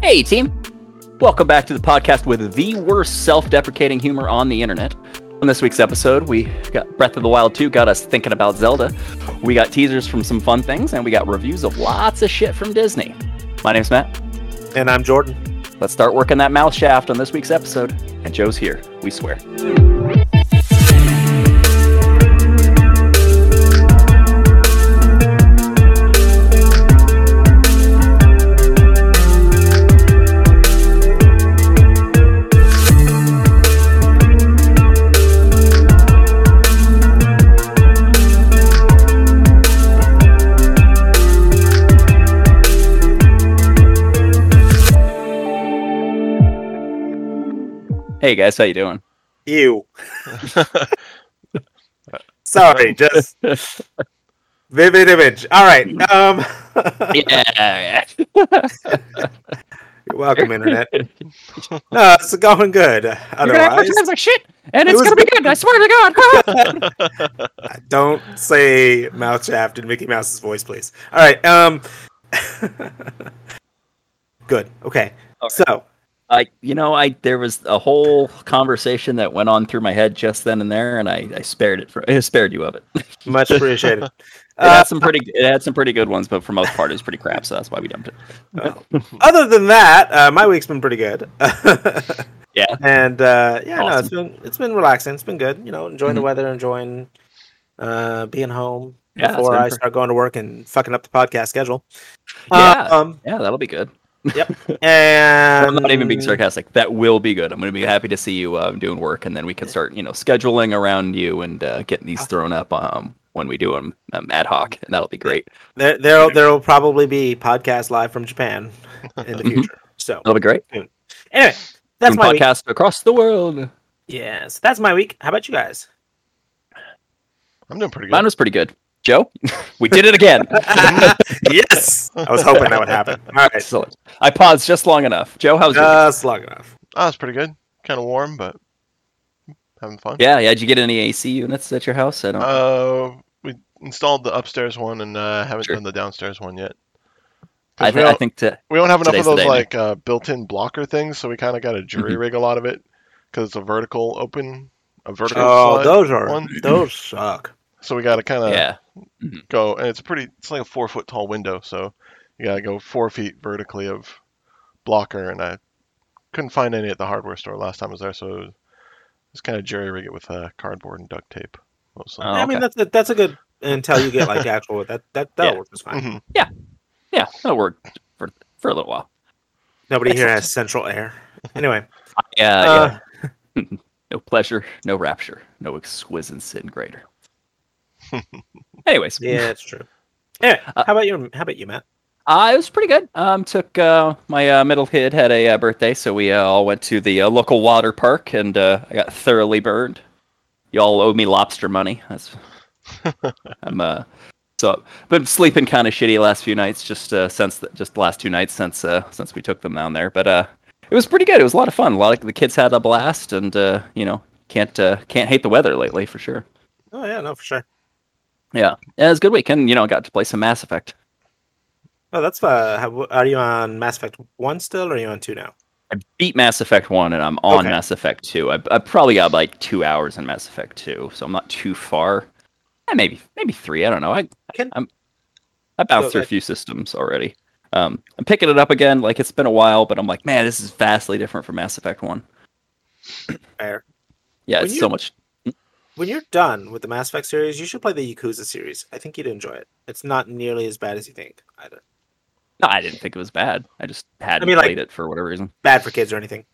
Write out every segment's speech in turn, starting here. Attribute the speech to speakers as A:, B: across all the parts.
A: Hey, team. Welcome back to the podcast with the worst self deprecating humor on the internet. On this week's episode, we got Breath of the Wild 2 got us thinking about Zelda. We got teasers from some fun things, and we got reviews of lots of shit from Disney. My name's Matt.
B: And I'm Jordan.
A: Let's start working that mouth shaft on this week's episode. And Joe's here, we swear. Hey guys, how you doing?
B: You. Sorry, just vivid image. All right. Um,
A: yeah.
B: you're welcome, internet. No, it's going good. Otherwise,
A: like shit, and
B: It
A: it's
B: was
A: gonna be good. I swear to God.
B: don't say mouth shaft in Mickey Mouse's voice, please. All right. Um, good. Okay.
A: All right.
B: So,
A: I, you know, I there was a whole conversation that went on through my head just then and there, and I, I spared it for I spared you of it. It
B: much appreciated. Uh,
A: had some pretty it had some pretty good ones, but for most part, it was pretty crap. So that's why we dumped it.
B: Oh. other than that, uh, my week's been pretty good.
A: Yeah.
B: And uh, yeah,
A: Awesome.
B: no,
A: Mm-hmm.
B: it's been it's been relaxing. It's been good. You know, enjoying the weather, enjoying uh, being home
A: Yeah, it's
B: before
A: been
B: I
A: pre-
B: start going to work and fucking up the podcast schedule.
A: Yeah.
B: Um,
A: Yeah, that'll be good.
B: and
A: I'm not even being sarcastic. That will be good. I'm going to be happy to see you um, doing work, and then we can start, you know, scheduling around you and uh, getting these thrown up um, when we do them um, ad hoc, and that'll be great.
B: There, there'll there'll probably be podcast live from Japan in the
A: Mhm.
B: future. So
A: That'll be great.
B: anyway, that's
A: Doing
B: my week.
A: podcast across the world.
B: Yeah, so that's my week. How about you guys?
C: I'm doing pretty
A: Mine
C: good.
A: was pretty good. Joe, we did it again.
B: yes, I was hoping that would happen. All right, Uh,
A: Excellent. I paused just long enough. Joe, how's it?
B: just long enough.
C: Oh, it's pretty good. Kind of warm, but having fun.
A: yeah, yeah. Did you get any AC units at your house? I don't.
C: Uh, we installed the upstairs one and uh, haven't
A: Sure.
C: done the downstairs one yet.
A: I,
C: 'Cause we,
A: th- I
C: don't,
A: think to
C: we don't have enough
A: today's
C: of
A: the
C: those
A: day, man. Mm-hmm.
C: like uh, built-in blocker things, so we kind of got to jury rig a lot of it because it's a vertical open, a vertical
B: Oh,
C: slot.
B: those are
C: one.
B: those suck.
C: So we got to kind of
A: yeah.
C: go, and it's pretty. It's like a four-foot tall window, so you got to go four feet vertically of blocker, and I couldn't find any at the hardware store last time I was there, so just kind of jury rig it with uh, cardboard and duct tape mostly.
A: Oh,
B: I mean, that's a, that's a good until you get like actual that that that
A: Yeah.
B: works is fine.
C: Mhm.
A: Yeah, that'll work for for a little while.
B: Nobody here has central air. Anyway,
A: Yeah, yeah.
B: uh,
A: No pleasure, no rapture, no exquisite sin greater. Anyways,
B: yeah, it's true. Anyway,
A: Uh,
B: how about you? How about you, Matt?
A: Uh, it was pretty good. Um, took uh, my uh, middle kid had a uh, birthday, so we uh, all went to the uh, local water park, and uh, I got thoroughly burned. Y'all owe me lobster money. That's I'm uh, so been sleeping kind of shitty last few nights, just uh, since the, just the last two nights since uh, since we took them down there. But uh, it was pretty good. It was a lot of fun. A lot of the kids had a blast, and uh, you know can't uh, can't hate the weather lately for sure.
B: Oh yeah, no, for sure.
A: Yeah, yeah it was a good weekend. You know, got to play some Mass Effect.
B: Oh, that's uh, how, are you on Mass Effect One still, or are you on two now?
A: I beat Mass Effect 1 and I'm on
B: Okay.
A: Mass Effect 2. I, I probably got like two hours in Mass Effect 2, so I'm not too far. Eh, maybe maybe three. I don't know. I
B: Can-
A: I'm, I bounced
B: So,
A: through a
B: like-
A: few systems already. Um, I'm picking it up again. Like it's been a while, but I'm like, man, this is vastly different from Mass Effect 1.
B: Fair.
A: Yeah,
B: When
A: it's
B: you-
A: so much.
B: When you're done with the Mass Effect series, you should play the Yakuza series. I think you'd enjoy it. It's not nearly as bad as you think either.
A: No, I didn't think it was bad. I just hadn't
B: mean, like-
A: played it for whatever reason.
B: Bad for kids or anything.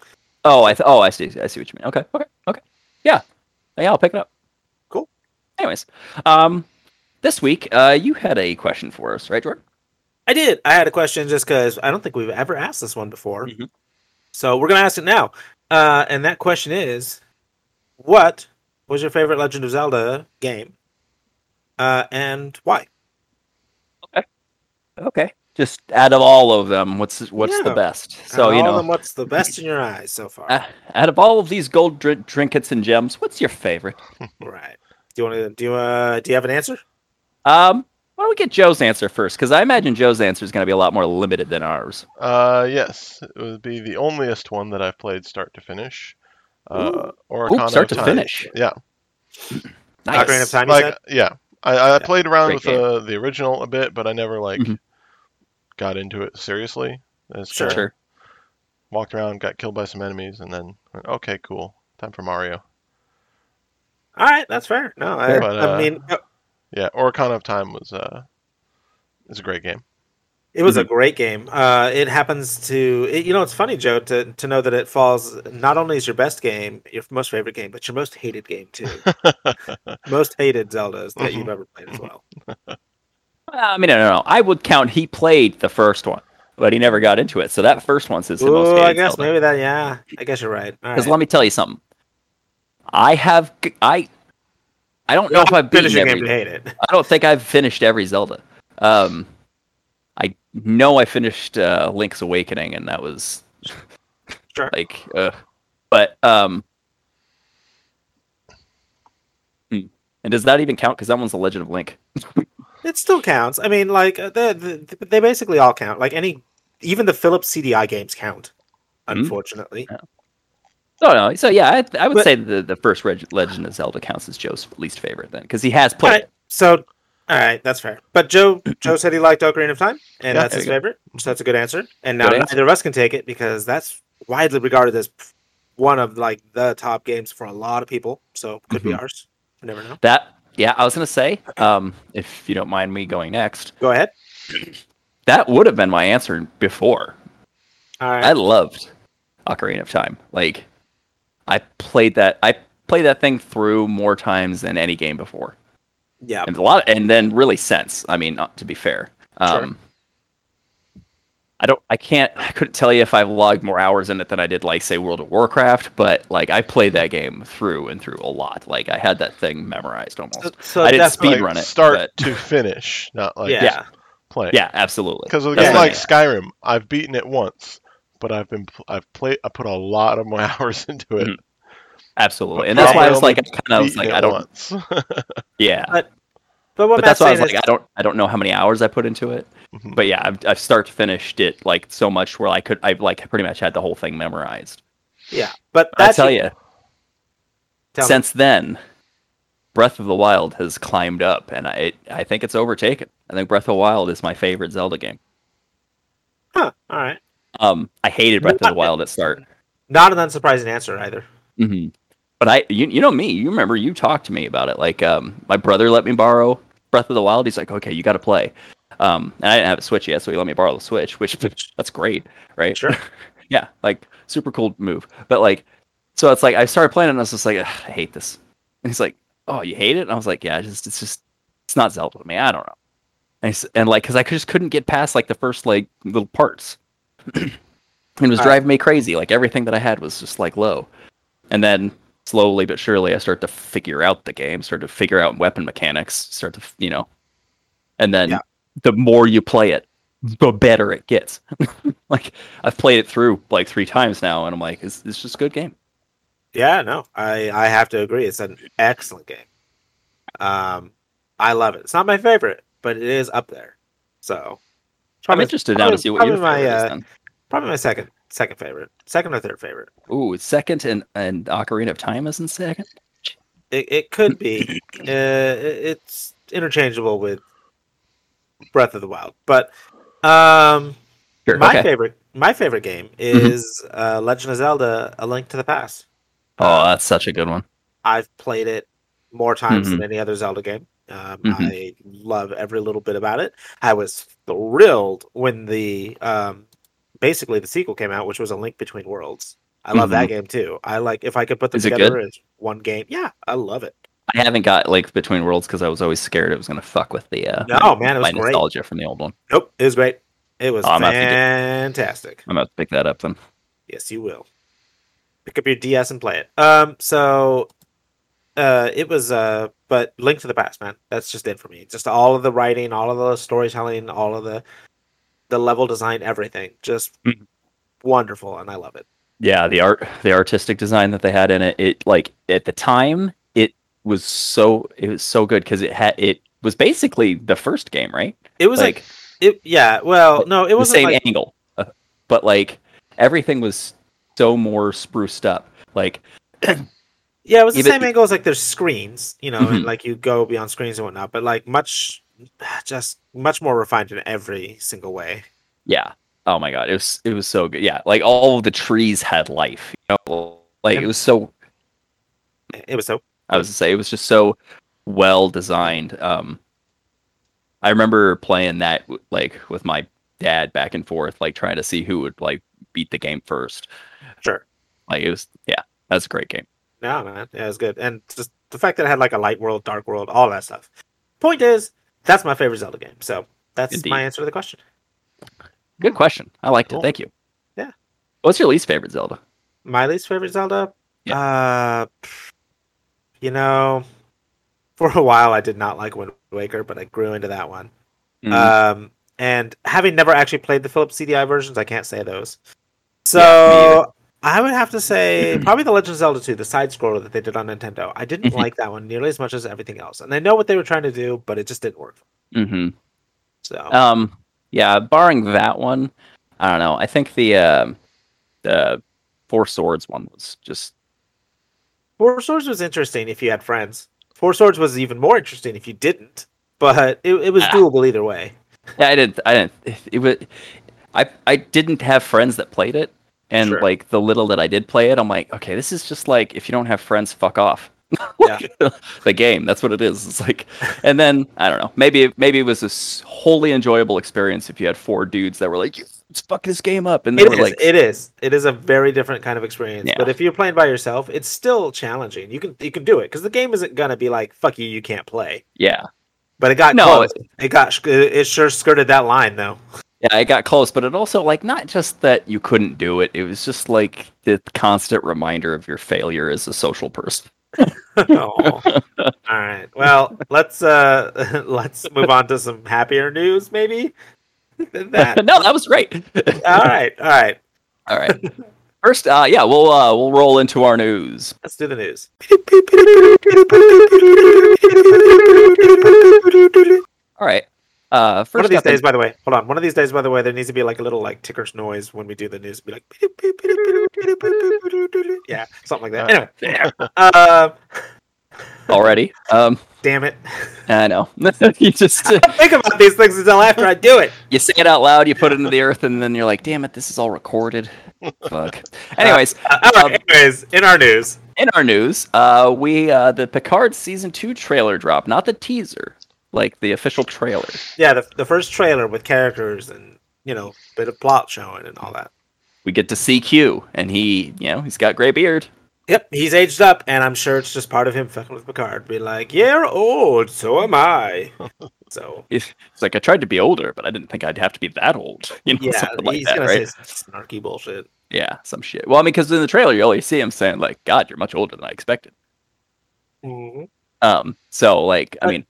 A: Oh, I th- oh, I see. I see what you mean. Okay, okay, okay. Yeah, yeah. I'll pick it up.
B: Cool.
A: Anyways, um, this week, uh, you had a question for us, right, Jordan?
B: I did. I had a question just because I don't think we've ever asked this one before.
A: Mhm.
B: So we're going to ask it now. Uh, and that question is What was your favorite Legend of Zelda game? Uh, and why?
A: Okay. Just out of all of them, what's what's the
B: Yeah.
A: best? So
B: And
A: you
B: all
A: know,
B: them, what's the best in your eyes so far?
A: uh, out of all of these gold dr- trinkets and gems, what's your favorite?
B: right. Do you want to do you uh, do you have an answer?
A: Um, Why don't we get Joe's answer first? Because I imagine Joe's answer is going to be a lot more limited than ours.
C: Uh, yes, it would be the onlyest one that I've played start to finish. Uh, Oricana
A: Ooh, start
C: of
A: to
C: Time.
A: finish.
C: Yeah.
A: Nice.
B: Ocarina of Time, you
C: Like,
B: said?
C: yeah, I, I played around
A: Great
C: with the, the original a bit, but I never like
A: Mhm.
C: got into it seriously. It's
B: Sure.
C: kinda
A: Sure.
C: Walked around, got killed by some enemies, and then went, okay, cool, time for Mario.
B: All right, that's fair. No, I,
C: Yeah, but,
B: I
C: uh,
B: mean, uh,
C: Yeah, Oricon of Time was uh, is a great game.
B: it was a great game. Uh, it happens to, it, you know, it's funny, Joe, to, to know that it falls not only as your best game, your most favorite game, but your most hated game too. most hated Zeldas that you've ever played as well.
A: I mean, no, no, no. I would count he played the first one, but he never got into it. So that first one's his the most
B: Ooh,
A: hated
B: I guess
A: Zelda.
B: maybe that. Yeah, I guess you're right. All
A: Because
B: right.
A: let me tell you something. I have g- I I don't know if I've
B: finish
A: beaten
B: your game to
A: every.
B: hate it.
A: I don't think I've finished every Zelda. Um, I know I finished uh, Link's Awakening, and that was
B: Sure.
A: like, uh, but um, hmm. and does that even count? Because that one's the Legend of Link.
B: It still counts. I mean, like uh, the, the, they basically all count. Like any, even the Philips CDI games count.
A: Hmm.
B: Unfortunately,
A: No, Oh, no. So yeah, I, I would
B: But-
A: say the the first Reg- Legend of Zelda counts as Joe's least favorite then, because he has
B: all
A: played.
B: right.
A: it.
B: So, all right, that's fair. But Joe, Joe said he liked Ocarina of Time, and
C: Yeah,
B: that's
A: there
B: his
A: you go.
B: favorite. So that's a good answer. And now
A: Good answer.
B: neither of us can take it because that's widely regarded as one of like the top games for a lot of people. So could be
A: Mhm.
B: ours. You never know.
A: That yeah, I was gonna say, um, if you don't mind me going next.
B: Go ahead.
A: that would have been my answer before.
B: All right.
A: I loved Ocarina of Time. Like I played that I played that thing through more times than any game before.
B: yeah.
A: And a lot and then really since. I mean, not to be fair. Um I don't I can't I couldn't tell you if I've logged more hours in it than I did like say World of Warcraft, but like I played that game through and through a lot. Like I had that thing memorized
B: So,
A: almost.
B: so
A: I didn't
B: that's-
A: speak- Speed
C: Like,
A: run it,
C: start
A: but-
C: to finish, not like
B: Yeah.
C: just
A: Yeah.
C: playing.
A: Yeah, absolutely.
C: Because with a
A: That's
C: game
A: what I
C: like
A: mean.
C: Skyrim, I've beaten it once, but I've been pl- I've played I put a lot of my hours into it.
A: Mhm. absolutely. And that's why I was like I kind of was like
C: beaten it
A: I don't
C: Once.
A: yeah.
B: But what
A: but that's
B: Matt's
A: why I was
B: saying is-
A: like, I don't, I don't know how many hours I put into it.
C: Mhm.
A: But yeah, I've, I've start to finished it like so much where I could, I've like pretty much had the whole thing memorized.
B: yeah. But
A: I
B: that's e-
A: tell you,
B: Tell me.
A: since then, Breath of the Wild has climbed up, and I, I think it's overtaken. I think Breath of the Wild is my favorite Zelda game.
B: Huh. All right.
A: Um, I hated Breath of the Wild at start,
B: Not an unsurprising answer either.
A: hmm but I, you, you know me, you remember you talked to me about it. Like, um, my brother let me borrow Breath of the Wild. He's like, okay, you got to play. Um, and I didn't have a Switch yet, so he let me borrow the Switch, which that's great, right?
B: Sure.
A: yeah, like super cool move. But like, so it's like I started playing it and I was just like, "Ugh, I hate this. And he's like, Oh, you hate it? And I was like, Yeah, I just it's just it's not Zelda to me. I don't know. And, he's, and like, cause I just couldn't get past like the first like little parts. it was
B: Alright.
A: driving me crazy. Like everything that I had was just like low. And then slowly but surely, I start to figure out the game, start to figure out weapon mechanics, start to f- you know, and then
B: Yeah.
A: the more you play it, the better it gets. like I've played it through like three times now, and I'm like, it's, it's just a good game.
B: Yeah, no, I I have to agree. It's an excellent game. Um, I love it. It's not my favorite, but it is up there. So, it's
A: I'm
B: probably
A: interested now to see what
B: probably
A: your
B: my,
A: favorite
B: uh,
A: is. Then.
B: probably my second second favorite, second or third favorite.
A: Ooh, it's second and and Ocarina of Time isn't second.
B: It it could be. uh, it- it's interchangeable with Breath of the Wild, but um,
A: Sure,
B: my
A: okay. Mm-hmm.
B: favorite my favorite game is uh, Legend of Zelda: A Link to the Past.
A: Oh, that's such a good one.
B: I've played it more times
A: Mm-hmm.
B: than any other Zelda game. Um,
A: Mhm.
B: I love every little bit about it. I was thrilled when the um, basically the sequel came out, which was a Link Between Worlds. I love that game too. I like if I could put them
A: Mm-hmm. Is it
B: together
A: good?
B: as one game. Yeah, I love it.
A: I haven't got like Between Worlds because I was always scared it was gonna fuck with the uh,
B: No,
A: my,
B: man, it
A: my
B: was great.
A: nostalgia from the old one.
B: Nope, it was great. It was
A: Oh, I'm gonna have
B: fantastic.
A: I'm about to pick that up then.
B: Yes, you will. Pick up your DS and play it. Um, so uh it was uh but Link to the Past, man. That's just it for me. Just all of the writing, all of the storytelling, all of the the level design, everything. Just
A: Mhm.
B: wonderful and I love it.
A: yeah the art the artistic design that they had in it it like at the time it was so it was so good because it had it was basically the first game, right?
B: It was like, it. Yeah. Well, no, it
A: the
B: wasn't
A: same
B: like
A: angle, uh, but like everything was so more spruced up. Like
B: yeah, it was the
A: even-
B: same angle as like there's screens, you know, and
A: Mhm.
B: like you go beyond screens and whatnot, but like much, just much more refined in every single way.
A: Yeah. Oh my god, it was it was so good. Yeah, like all of the trees had life. You know, like it was so.
B: It was so
A: I was to say it was just so well designed. Um, I remember playing that w- like with my dad back and forth, like trying to see who would like beat the game first.
B: sure.
A: Like it was, yeah, that's a great game.
B: No, man, yeah, it was good, and just the fact that it had like a light world, dark world, all that stuff. Point is, that's my favorite Zelda game. So that's
A: Indeed.
B: my answer to the question.
A: Good question. I liked
C: Cool.
A: it. Thank you.
B: Yeah.
A: What's your least favorite Zelda?
B: My least favorite Zelda? Uh pff, you know, for a while I did not like Wind Waker, but I grew into that one.
A: Mm-hmm.
B: Um and having never actually played the Philips CDI versions, I can't say those. So
A: Yeah, me
B: I would have to say probably the Legend of Zelda 2, the side scroller that they did on Nintendo. I didn't
A: Mhm.
B: like that one nearly as much as everything else. And I know what they were trying to do, but it just didn't work.
A: mm-hmm.
B: So
A: Um, yeah, barring that one, I don't know. I think the um the Four Swords one was just
B: Four Swords was interesting if you had friends. Four Swords was even more interesting if you didn't. But it, it was
A: Ah.
B: doable either way.
A: yeah, I didn't I didn't it was I I didn't have friends that played it, and
B: Sure.
A: like the little that I did play it, I'm like, okay, this is just like if you don't have friends, fuck off.
B: Yeah.
A: the game that's what it is it's like and then i don't know maybe maybe it was a s- wholly enjoyable experience if you had four dudes that were like "Yeah, let's fuck this game up and they
B: It
A: were
B: is.
A: like
B: it is. It is a very different kind of experience.
A: Yeah.
B: But if you're playing by yourself, it's still challenging. You can you can do it because the game isn't gonna be like fuck you, you can't play.
A: yeah
B: But it got
A: No,
B: close. It, got sh- it it sure skirted that line though.
A: Yeah, it got close, but it also like not just that you couldn't do it. It was just like the constant reminder of your failure as a social person.
B: Aw. Oh. All right. Well, let's uh let's move on to some happier news maybe. Than that.
A: no, that was great.
B: All right. All right.
A: All right. First, uh, yeah, we'll uh, we'll roll into our news.
B: Let's do the news.
A: All right. Uh, first
B: one of these
A: up in-
B: days, by the way, hold on. One of these days, by the way, there needs to be like a little like tickers noise when we do the news. Be like, yeah, something like that. Anyway, uh,
A: already. Um,
B: damn it!
A: I know. you just
B: I don't think about these things until after I do it.
A: you say it out loud, you put it into the earth, and then you're like, "Damn it, this is all recorded." Fuck. Anyways,
B: Uh, all right.
A: Um,
B: anyways, in our news,
A: in our news, uh, we uh, the Picard season two trailer drop, not the teaser, like the official trailer.
B: yeah, the, the first trailer with characters and you know bit of plot showing and all that.
A: We get to see Q, and he, you know, he's got gray beard.
B: Yep, he's aged up, and I'm sure it's just part of him fucking with Picard. Be like, you're old, so am I. So
A: It's it's like I tried to be older, but I didn't think I'd have to be that old. You know,
B: yeah,
A: something like
B: he's
A: that,
B: gonna
A: right?
B: say some snarky bullshit.
A: Yeah, some shit. Well, I mean, because in the trailer you only see him saying like, "God, you're much older than I expected."
B: Mhm.
A: Um, so like, I
B: But-
A: mean,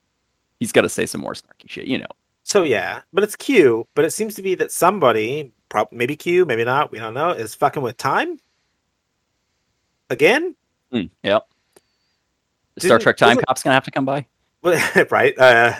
A: he's got to say some more snarky shit, you know.
B: So yeah, but it's Q. But it seems to be that somebody, prob- maybe Q, maybe not, we don't know, is fucking with time. Again,
A: Mm, yeah. Star
B: Hmm. Didn't-
A: Trek Time
B: wasn't-
A: Cop's gonna have to come by.
B: right? Uh,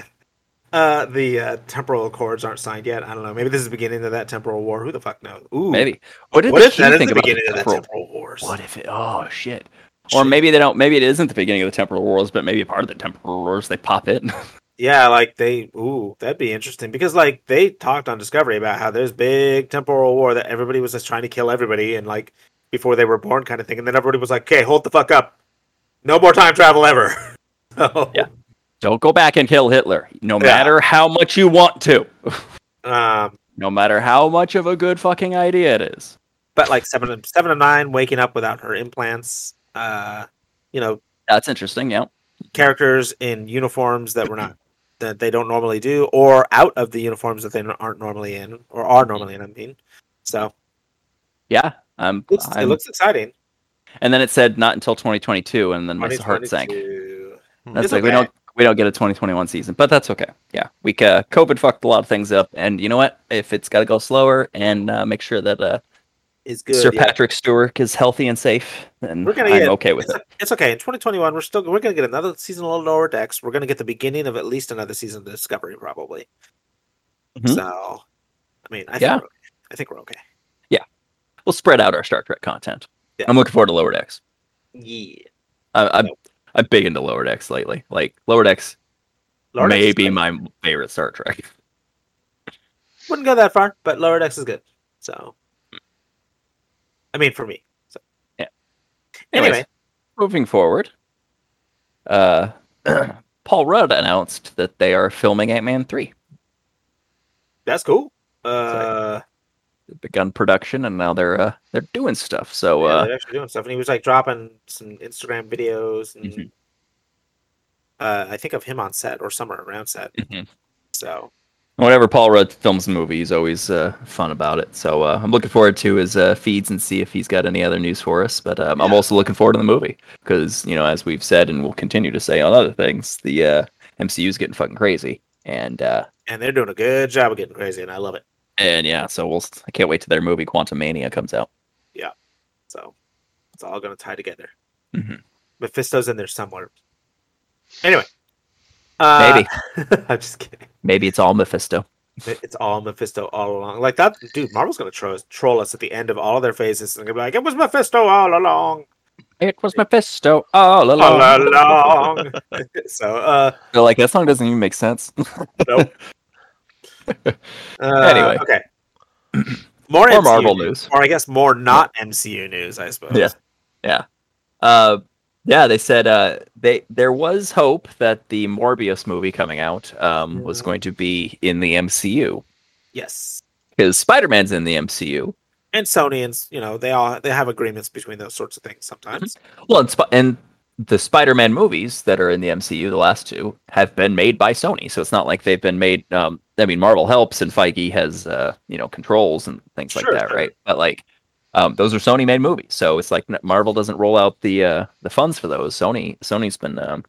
B: uh, the uh, temporal accords aren't signed yet. I don't know. Maybe this is the beginning of that temporal war. Who the fuck knows? Ooh,
A: Maybe. What did
B: What
A: the
B: if
A: Q
B: that is
A: think
B: the
A: about
B: beginning
A: the
B: of that
A: temporal?
B: temporal wars?
A: What if it? Oh shit. Or
B: Shit.
A: maybe they don't. Maybe it isn't the beginning of the temporal wars, but maybe part of the temporal wars they pop in.
B: Yeah, like they. Ooh, that'd be interesting because like they talked on Discovery about how there's big temporal war that everybody was just trying to kill everybody and like before they were born kind of thing, and then everybody was like, "Okay, hold the fuck up, no more time travel ever." so,
A: Yeah. don't go back and kill Hitler, no
B: Yeah.
A: matter how much you want to,
B: Um,
A: no matter how much of a good fucking idea it is.
B: but like seven of seven of nine waking up without her implants. Uh, you know,
A: That's interesting. Yeah.
B: characters in uniforms that were not that they don't normally do, or out of the uniforms that they aren't normally in or are normally in. I mean, so
A: Yeah. Um,
B: it's, it
A: I'm-
B: looks exciting.
A: and then it said not until 2022, and then my heart sank.
B: 2022.
A: That's
B: It's
A: like we
B: okay.
A: don't we don't get a 2021 season, but that's okay. Yeah, we uh, COVID fucked a lot of things up, and you know what? If it's got to go slower, and uh, make sure that uh,
B: is good.
A: Sir
B: yeah.
A: Patrick Stewart is healthy and safe, then
B: We're gonna
A: I'm
B: get-
A: okay with
B: it's,
A: it.
B: it's okay. In 2021, we're still we're gonna get another season of Lower Decks. We're gonna get the beginning of at least another season of Discovery, probably.
A: Mhm.
B: So, I mean, I think
A: Yeah.
B: we're okay. I think we're okay.
A: We'll spread out our Star Trek content.
B: Yeah.
A: I'm looking forward to Lower Decks.
B: Yeah.
A: I, I'm
B: Nope.
A: I'm big into Lower Decks lately. Like Lower Decks
B: Lower
A: may
B: Decks
A: be
B: is good.
A: my favorite Star Trek.
B: wouldn't go that far, but Lower Decks is good. So, I mean, for me. So
A: Yeah.
B: Anyway,
A: Anyways. Moving forward, uh, Paul Rudd announced that they are filming Ant Man three.
B: that's cool. Uh,
A: They've begun production and now they're uh, they're doing stuff. So
B: yeah,
A: uh,
B: they're actually doing stuff, and he was like dropping some Instagram videos, and
A: Mhm.
B: uh, I think of him on set or somewhere around set.
A: Mhm.
B: So
A: whenever Paul Rudd films a movie, he's always uh, fun about it. So uh, I'm looking forward to his uh, feeds and see if he's got any other news for us. But um, I'm
B: Yeah.
A: also looking forward to the movie because you know, as we've said and will continue to say on other things, the uh, MCU's getting fucking crazy, and uh,
B: and they're doing a good job of getting crazy, and I love it.
A: and yeah, so we'll. I can't wait till their movie Quantum Mania comes out.
B: So it's all going to tie together.
A: Mhm.
B: Mephisto's in there somewhere. Anyway, uh,
A: Maybe
B: I'm just kidding.
A: maybe it's all Mephisto.
B: It's all Mephisto all along. Like that, dude. Marvel's going to troll, troll us at the end of all of their phases, and gonna be like, "It was Mephisto all along,
A: It was Mephisto all
B: all
A: along.
B: along." so, uh,
A: They're like that song doesn't even make sense.
B: Nope. Uh,
A: Anyway.
B: okay.
A: More
B: More, MCU
A: Marvel news.
B: or I guess more not MCU news, I suppose.
A: Yeah. Uh, yeah, they said uh, they there was hope that the Morbius movie coming out um, was
B: Mhm.
A: going to be in the MCU
B: Yes.
A: because Spider Man's in the MCU.
B: And Sony and you know they all they have agreements between those sorts of things sometimes.
A: Well, and, Sp- and the Spider Man movies that are in the MCU, the last two, have been made by Sony, so it's not like they've been made. Um, I mean, Marvel helps and Feige has uh, you know controls and things
B: Sure,
A: like that,
B: sure.
A: right? But like. Um, those are Sony made movies, so it's like n- Marvel doesn't roll out the uh, the funds for those. Sony Sony's been um,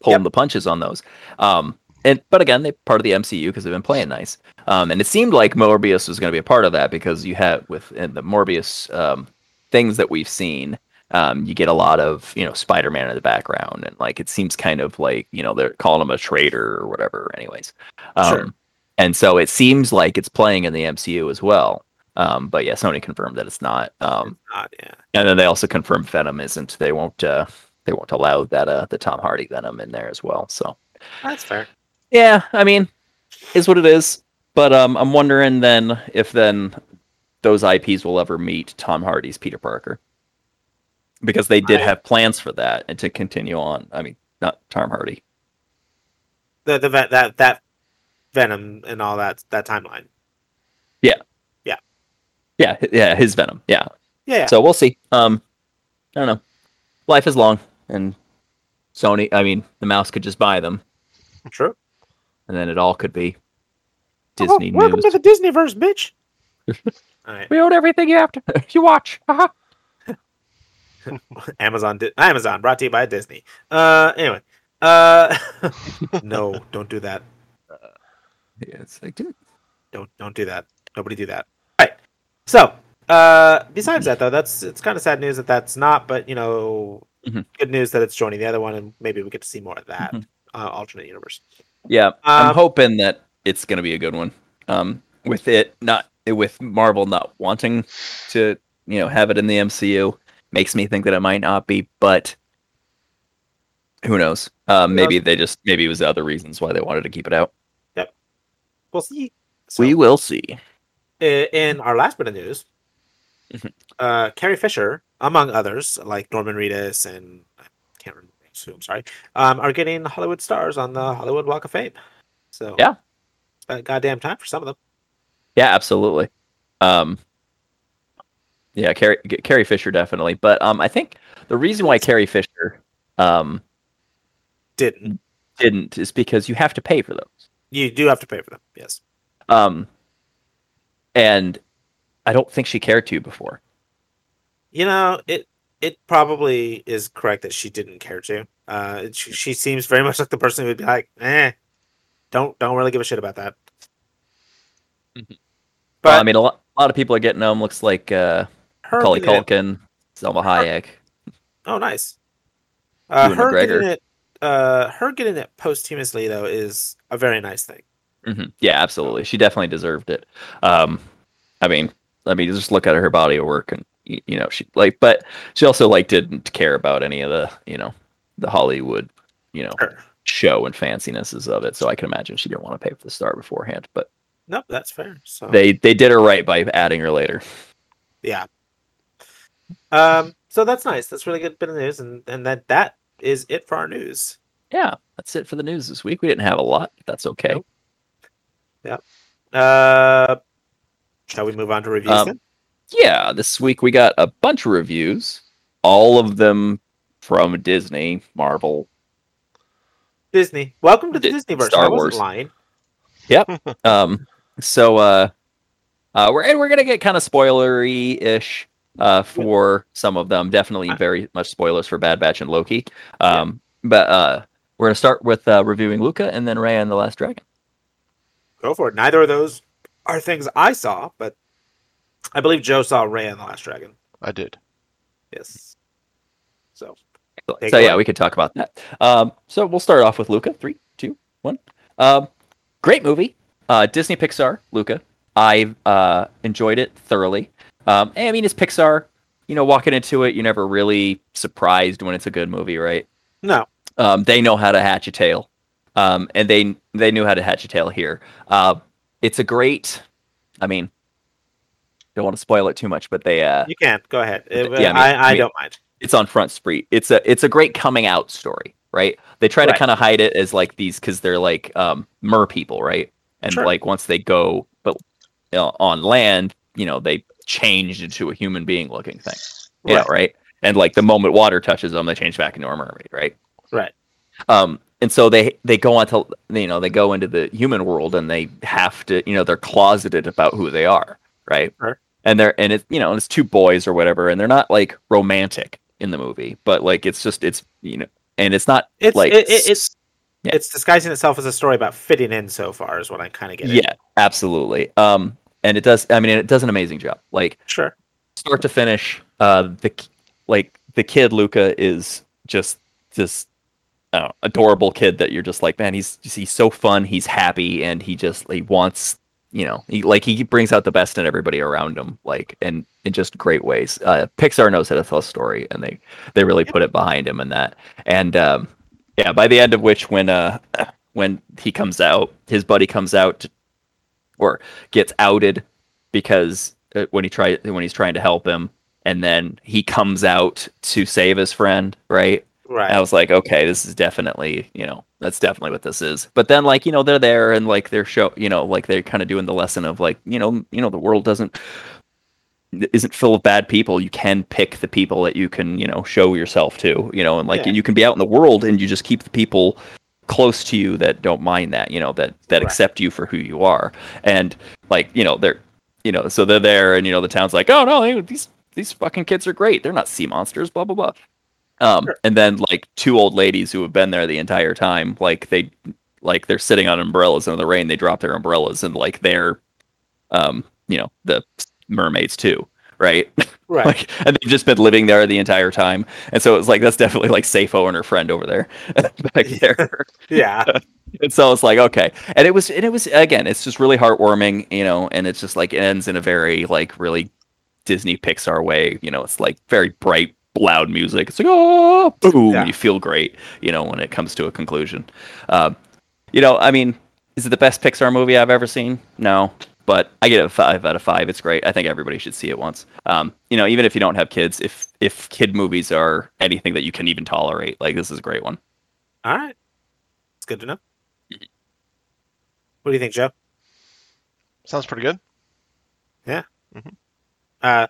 A: pulling
B: Yep.
A: the punches on those. Um, and but again, they part of the MCU because they've been playing nice. Um, and it seemed like Morbius was going to be a part of that because you have with in the Morbius um, things that we've seen, um, you get a lot of you know Spider-Man in the background, and like it seems kind of like you know they're calling him a traitor or whatever. Anyways, um,
B: Sure.
A: and so it seems like it's playing in the MCU as well. Um, but yeah, Sony confirmed that it's not. Um,
B: Not, Uh, yeah.
A: and then they also confirmed Venom isn't. They won't. Uh, they won't allow that uh, the Tom Hardy Venom in there as well. So
B: That's fair.
A: yeah, I mean, is what it is. But um, I'm wondering then if then those IPs will ever meet Tom Hardy's Peter Parker, because they did
B: I-
A: have plans for that and to continue on. I mean, not Tom Hardy.
B: The the ve- that that Venom and all that that timeline.
A: Yeah, h- yeah, his Venom. Yeah.
B: Yeah. yeah.
A: So we'll see. Um, I don't know. Life is long, and Sony. I mean, the mouse could just buy them,
B: True.
A: and then it all could be
B: Oh,
A: Disney
B: welcome
A: news.
B: to the Disneyverse, bitch. all right.
A: we own everything you have to. You watch. Uh-huh. Haha.
B: Amazon Di- Amazon brought to you by Disney. Uh anyway. Uh no, don't do that.
A: yeah, it's like, dude.
B: Don't don't do that. Nobody do that. All right. So, uh besides that though, that's it's kind of sad news that that's not, but you know,
A: Mhm.
B: good news that it's joining the other one and maybe we get to see more of that
A: Mm-hmm.
B: uh, alternate universe.
A: Yeah,
B: Um,
A: I'm hoping that it's going to be a good one. Um, with it not with Marvel not wanting to, you know, have it in the MCU makes me think that it might not be, but who knows? Um, maybe they just maybe it was other reasons why they wanted to keep it out.
B: We'll see. So,
A: We will see.
B: i- in our last bit of news,
A: Mhm.
B: uh, Carrie Fisher, among others, like Norman Reedus and I can't remember who. I'm sorry, um, are getting Hollywood stars on the Hollywood Walk of Fame. So
A: Yeah. Mm.
B: it's about goddamn time for some of them.
A: Yeah, absolutely. Um, yeah, Carrie, G- Carrie Fisher definitely. But um, I think the reason why Carrie Fisher um
B: Didn't
A: didn't is because you have to pay for those.
B: you do have to pay for them? Yes.
A: Um, and I don't think she cared to before.
B: You know it. It probably is correct that she didn't care to. Uh, it- she, she seems very much like the person who would be like, eh, don't don't really give a shit about that.
A: Well,
B: But
A: I mean, a lot, a lot of people are getting them. Looks like uh, Macaulay
B: Herman in it.
A: Culkin, Selma Hayek.
B: Oh, nice. Uh,
A: Ewan
B: her getting
A: McGregor.
B: it, uh, her getting it posthumously though is a very nice thing.
A: hmm Yeah, absolutely. She definitely deserved it. Um, I mean, I mean, just look at her body of work, and y- you know, she like, but she also like didn't care about any of the, you know, the Hollywood, you know,
B: Sure.
A: show and fancinesses of it. So I can imagine she didn't want to pay for the star beforehand, but
B: Nope, that's fair. So
A: they they did her right by adding her later.
B: yeah. Um, so that's nice. That's really good bit of news, and and that that is it for our news.
A: Yeah, that's it for the news this week. We didn't have a lot. But that's okay.
B: Nope. Uh, shall we move on to reviews?
A: Um,
B: then?
A: yeah, this week we got a bunch of reviews, all of them from Disney, Marvel.
B: Disney. Welcome to the
A: Di-
B: Disneyverse.
A: Star
B: I wasn't
A: Wars.
B: lying.
A: Um, so uh, uh, we're and we're gonna get kind of spoilery ish uh, for some of them. Definitely
B: I-
A: very much spoilers for Bad Batch and Loki. Um, but uh, we're gonna start with uh, reviewing Luca and then Ray and the Last Dragon.
B: Go for it. Neither of those are things I saw, but I believe Joe saw Ray and the Last Dragon.
C: I did.
B: Yes. So Take
A: So
B: it
A: yeah,
B: away.
A: we could talk about that. Um, so we'll start off with Luca. Three, two, one. Um, great movie. Uh, Disney Pixar. Luca. I uh, enjoyed it thoroughly. Um, and I mean, it's Pixar. You know, walking into it, you're never really surprised when it's a good movie, right?
B: no,
A: Um, they know how to hatch a tail, um, and they they knew how to hatch a tail here. Uh, it's a great. I mean, don't want to spoil it too much, but they uh,
B: you can't. Go ahead. It-
A: Yeah, I mean-
B: I, I,
A: I mean-
B: don't mind.
A: it's on Front Street. It's a it's a great coming out story, right? They try to
B: Right.
A: kind of hide it as like these because they're like um, mer people, right? And
B: Sure.
A: like once they go but you know, on land, you know they change into a human being looking thing, you know,
B: Right.
A: right? And like the moment water touches them, they change back into a mermaid, right?
B: Right.
A: Um, and so they they go on to you know they go into the human world and they have to you know they're closeted about who they are, right?
B: Sure.
A: And they're and it you know and it's two boys or whatever, and they're not like romantic in the movie, but like it's just it's you know and it's not
B: It's
A: like
B: it, it, it's
A: yeah.
B: it's disguising itself as a story about fitting in so far is what I kind of get. at.
A: yeah absolutely um and it does I mean it does an amazing job like
B: sure.
A: start to finish, uh, the k- like the kid Luca is just this uh, adorable kid that you're just like, man, he's he's so fun, he's happy, and he just he wants, you know, he like he brings out the best in everybody around him, like, and in just great ways. Uh, Pixar knows how to tell a story, and they they really put it behind him in that, and um, yeah, by the end of which, when uh, when he comes out, his buddy comes out, to- or gets outed because uh, when he try when he's trying to help him and then he comes out to save his friend right
B: Right.
A: And i was like okay this is definitely you know that's definitely what this is but then like you know they're there and like they're show you know like they're kind of doing the lesson of like you know you know the world doesn't isn't full of bad people you can pick the people that you can you know show yourself to you know and like
B: Yeah.
A: you can be out in the world and you just keep the people close to you that don't mind that you know that that
B: Right.
A: accept you for who you are and like you know they're you know so they're there and you know the town's like oh no they- these these fucking kids are great they're not sea monsters blah blah blah um
B: Sure.
A: and then like two old ladies who have been there the entire time like they like they're sitting on umbrellas and in the rain they drop their umbrellas and like they're um you know the mermaids too right
B: right.
A: like and they've just been living there the entire time and so it's like that's definitely like Safo and her friend over there back there
B: yeah.
A: and so it's like okay and it was and it was again it's just really heartwarming you know and it's just like it ends in a very like really disney pixar way you know it's like very bright loud music it's like oh boom
B: Yeah.
A: you feel great you know when it comes to a conclusion um, you know i mean is it the best pixar movie i've ever seen no but i get a five out of five it's great i think everybody should see it once um, you know even if you don't have kids if if kid movies are anything that you can even tolerate like this is a great one
B: All right. It's good to know. What do you think, Joe?
C: Sounds pretty good.
B: Uh,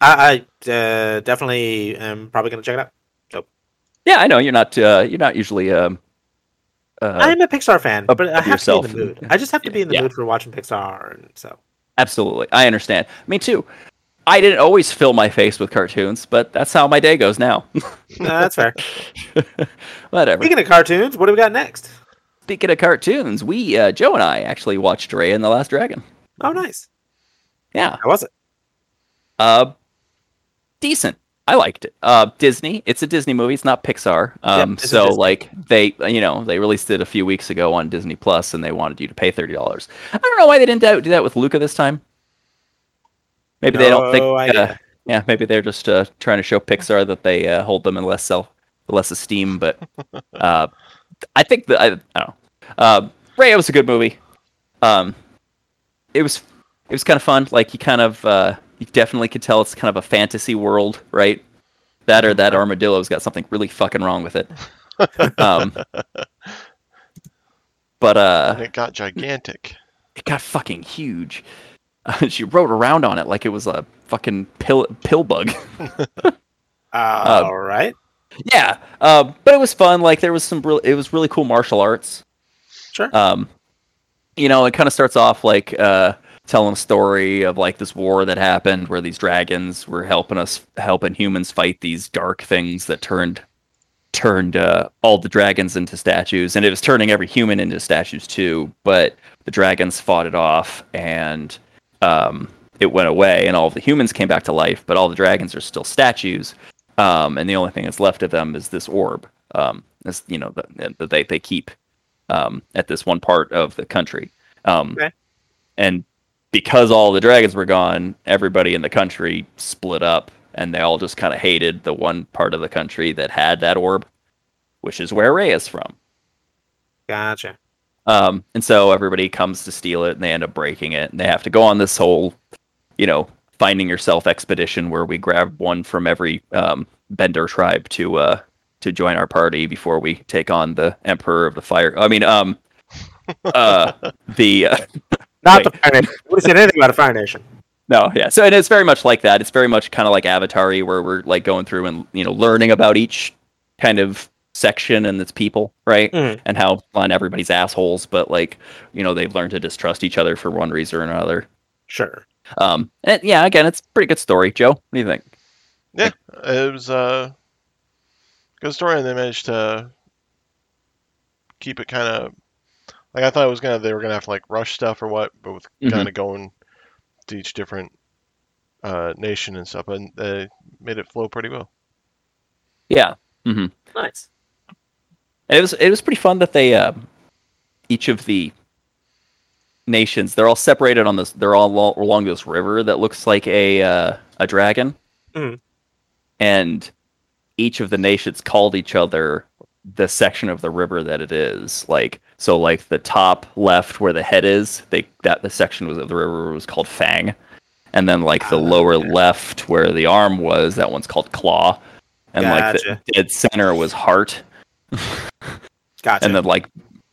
B: I, I uh, definitely am probably gonna check it out.
A: Yeah, I know you're not. Uh, you're not usually. Um, uh,
B: I'm a Pixar fan,
A: up
B: but I
A: with
B: have to be
A: yourself
B: in the mood.
A: and-
B: I just have to be in the
A: Yeah.
B: mood for watching Pixar, and so
A: absolutely, I understand. Me too. I didn't always fill my face with cartoons, but that's how my day goes now.
B: uh, that's fair.
A: Whatever.
B: Speaking of cartoons, what do we got next?
A: Speaking of cartoons, we uh, Joe and I actually watched Ray and the Last Dragon.
B: Oh, nice.
A: Yeah.
B: How was it?
A: Uh, decent. I liked it. Uh, Disney. It's a Disney movie. It's not Pixar. Um,
B: it's a
A: so
B: Disney.
A: like they, you know, they released it a few weeks ago on Disney Plus, and they wanted you to pay thirty dollars. I don't know why they didn't do do that with Luca this time. Maybe they don't think.
B: No idea.
A: uh, yeah, maybe they're just uh, trying to show Pixar that they uh, hold them in less self, less esteem. But uh, I think that I, I don't know. Uh, Ray was a good movie. Um, it was it was kind of fun. Like you kind of uh, you definitely could tell it's kind of a fantasy world, right? That or that armadillo's got something really fucking wrong with it. Um, but uh,
C: And it got gigantic.
A: it got fucking huge. she rode around on it like it was a fucking pill pill bug.
B: Uh, all right.
A: yeah, uh, but it was fun. Like there was some, real it was really cool martial arts.
B: Sure.
A: Um, you know, it kind of starts off like uh, telling a story of like this war that happened where these dragons were helping us, helping humans fight these dark things that turned turned uh, all the dragons into statues, and it was turning every human into statues too. But the dragons fought it off, and um, it went away, and all the humans came back to life, but all the dragons are still statues, um, and the only thing that's left of them is this orb. Um, that's you know that that they they keep um, at this one part of the country. Um,
B: Okay.
A: And because all the dragons were gone, everybody in the country split up, and they all just kind of hated the one part of the country that had that orb, which is where Ray is from.
B: Gotcha.
A: Um, and so everybody comes to steal it, and they end up breaking it, and they have to go on this whole, you know, finding yourself expedition where we grab one from every um, Bender tribe to uh, to join our party before we take on the Emperor of the Fire. I mean, um, uh, the uh,
B: Not the Fire Nation. We said anything about a Fire Nation.
A: no, yeah. So and it's very much like that. It's very much kind of like Avatar, where we're like going through and you know learning about each kind of section and its people, right?
B: Mhm.
A: And how on everybody's assholes, but like you know they've learned to distrust each other for one reason or another.
B: Sure.
A: Um, and yeah, again, it's a pretty good story, Joe. What do you think?
C: it was a good story, and they managed to keep it kind of like I thought it was gonna they were gonna have to like rush stuff or what, but with
B: Mm-hmm.
A: Mhm.
C: kind of going to each different uh, nation and stuff, and they made it flow pretty well.
A: Yeah,
B: Nice.
A: And it was it was pretty fun that they uh, each of the nations they're all separated on this they're all lo- along this river that looks like a uh, a dragon,
B: Mhm.
A: and each of the nations called each other the section of the river that it is like so like the top left where the head is they that the section was of the river was called fang and then like the
B: Ah,
A: lower left where the arm was that one's called claw and like
B: Gotcha.
A: the dead center was heart
B: Gotcha.
A: and then like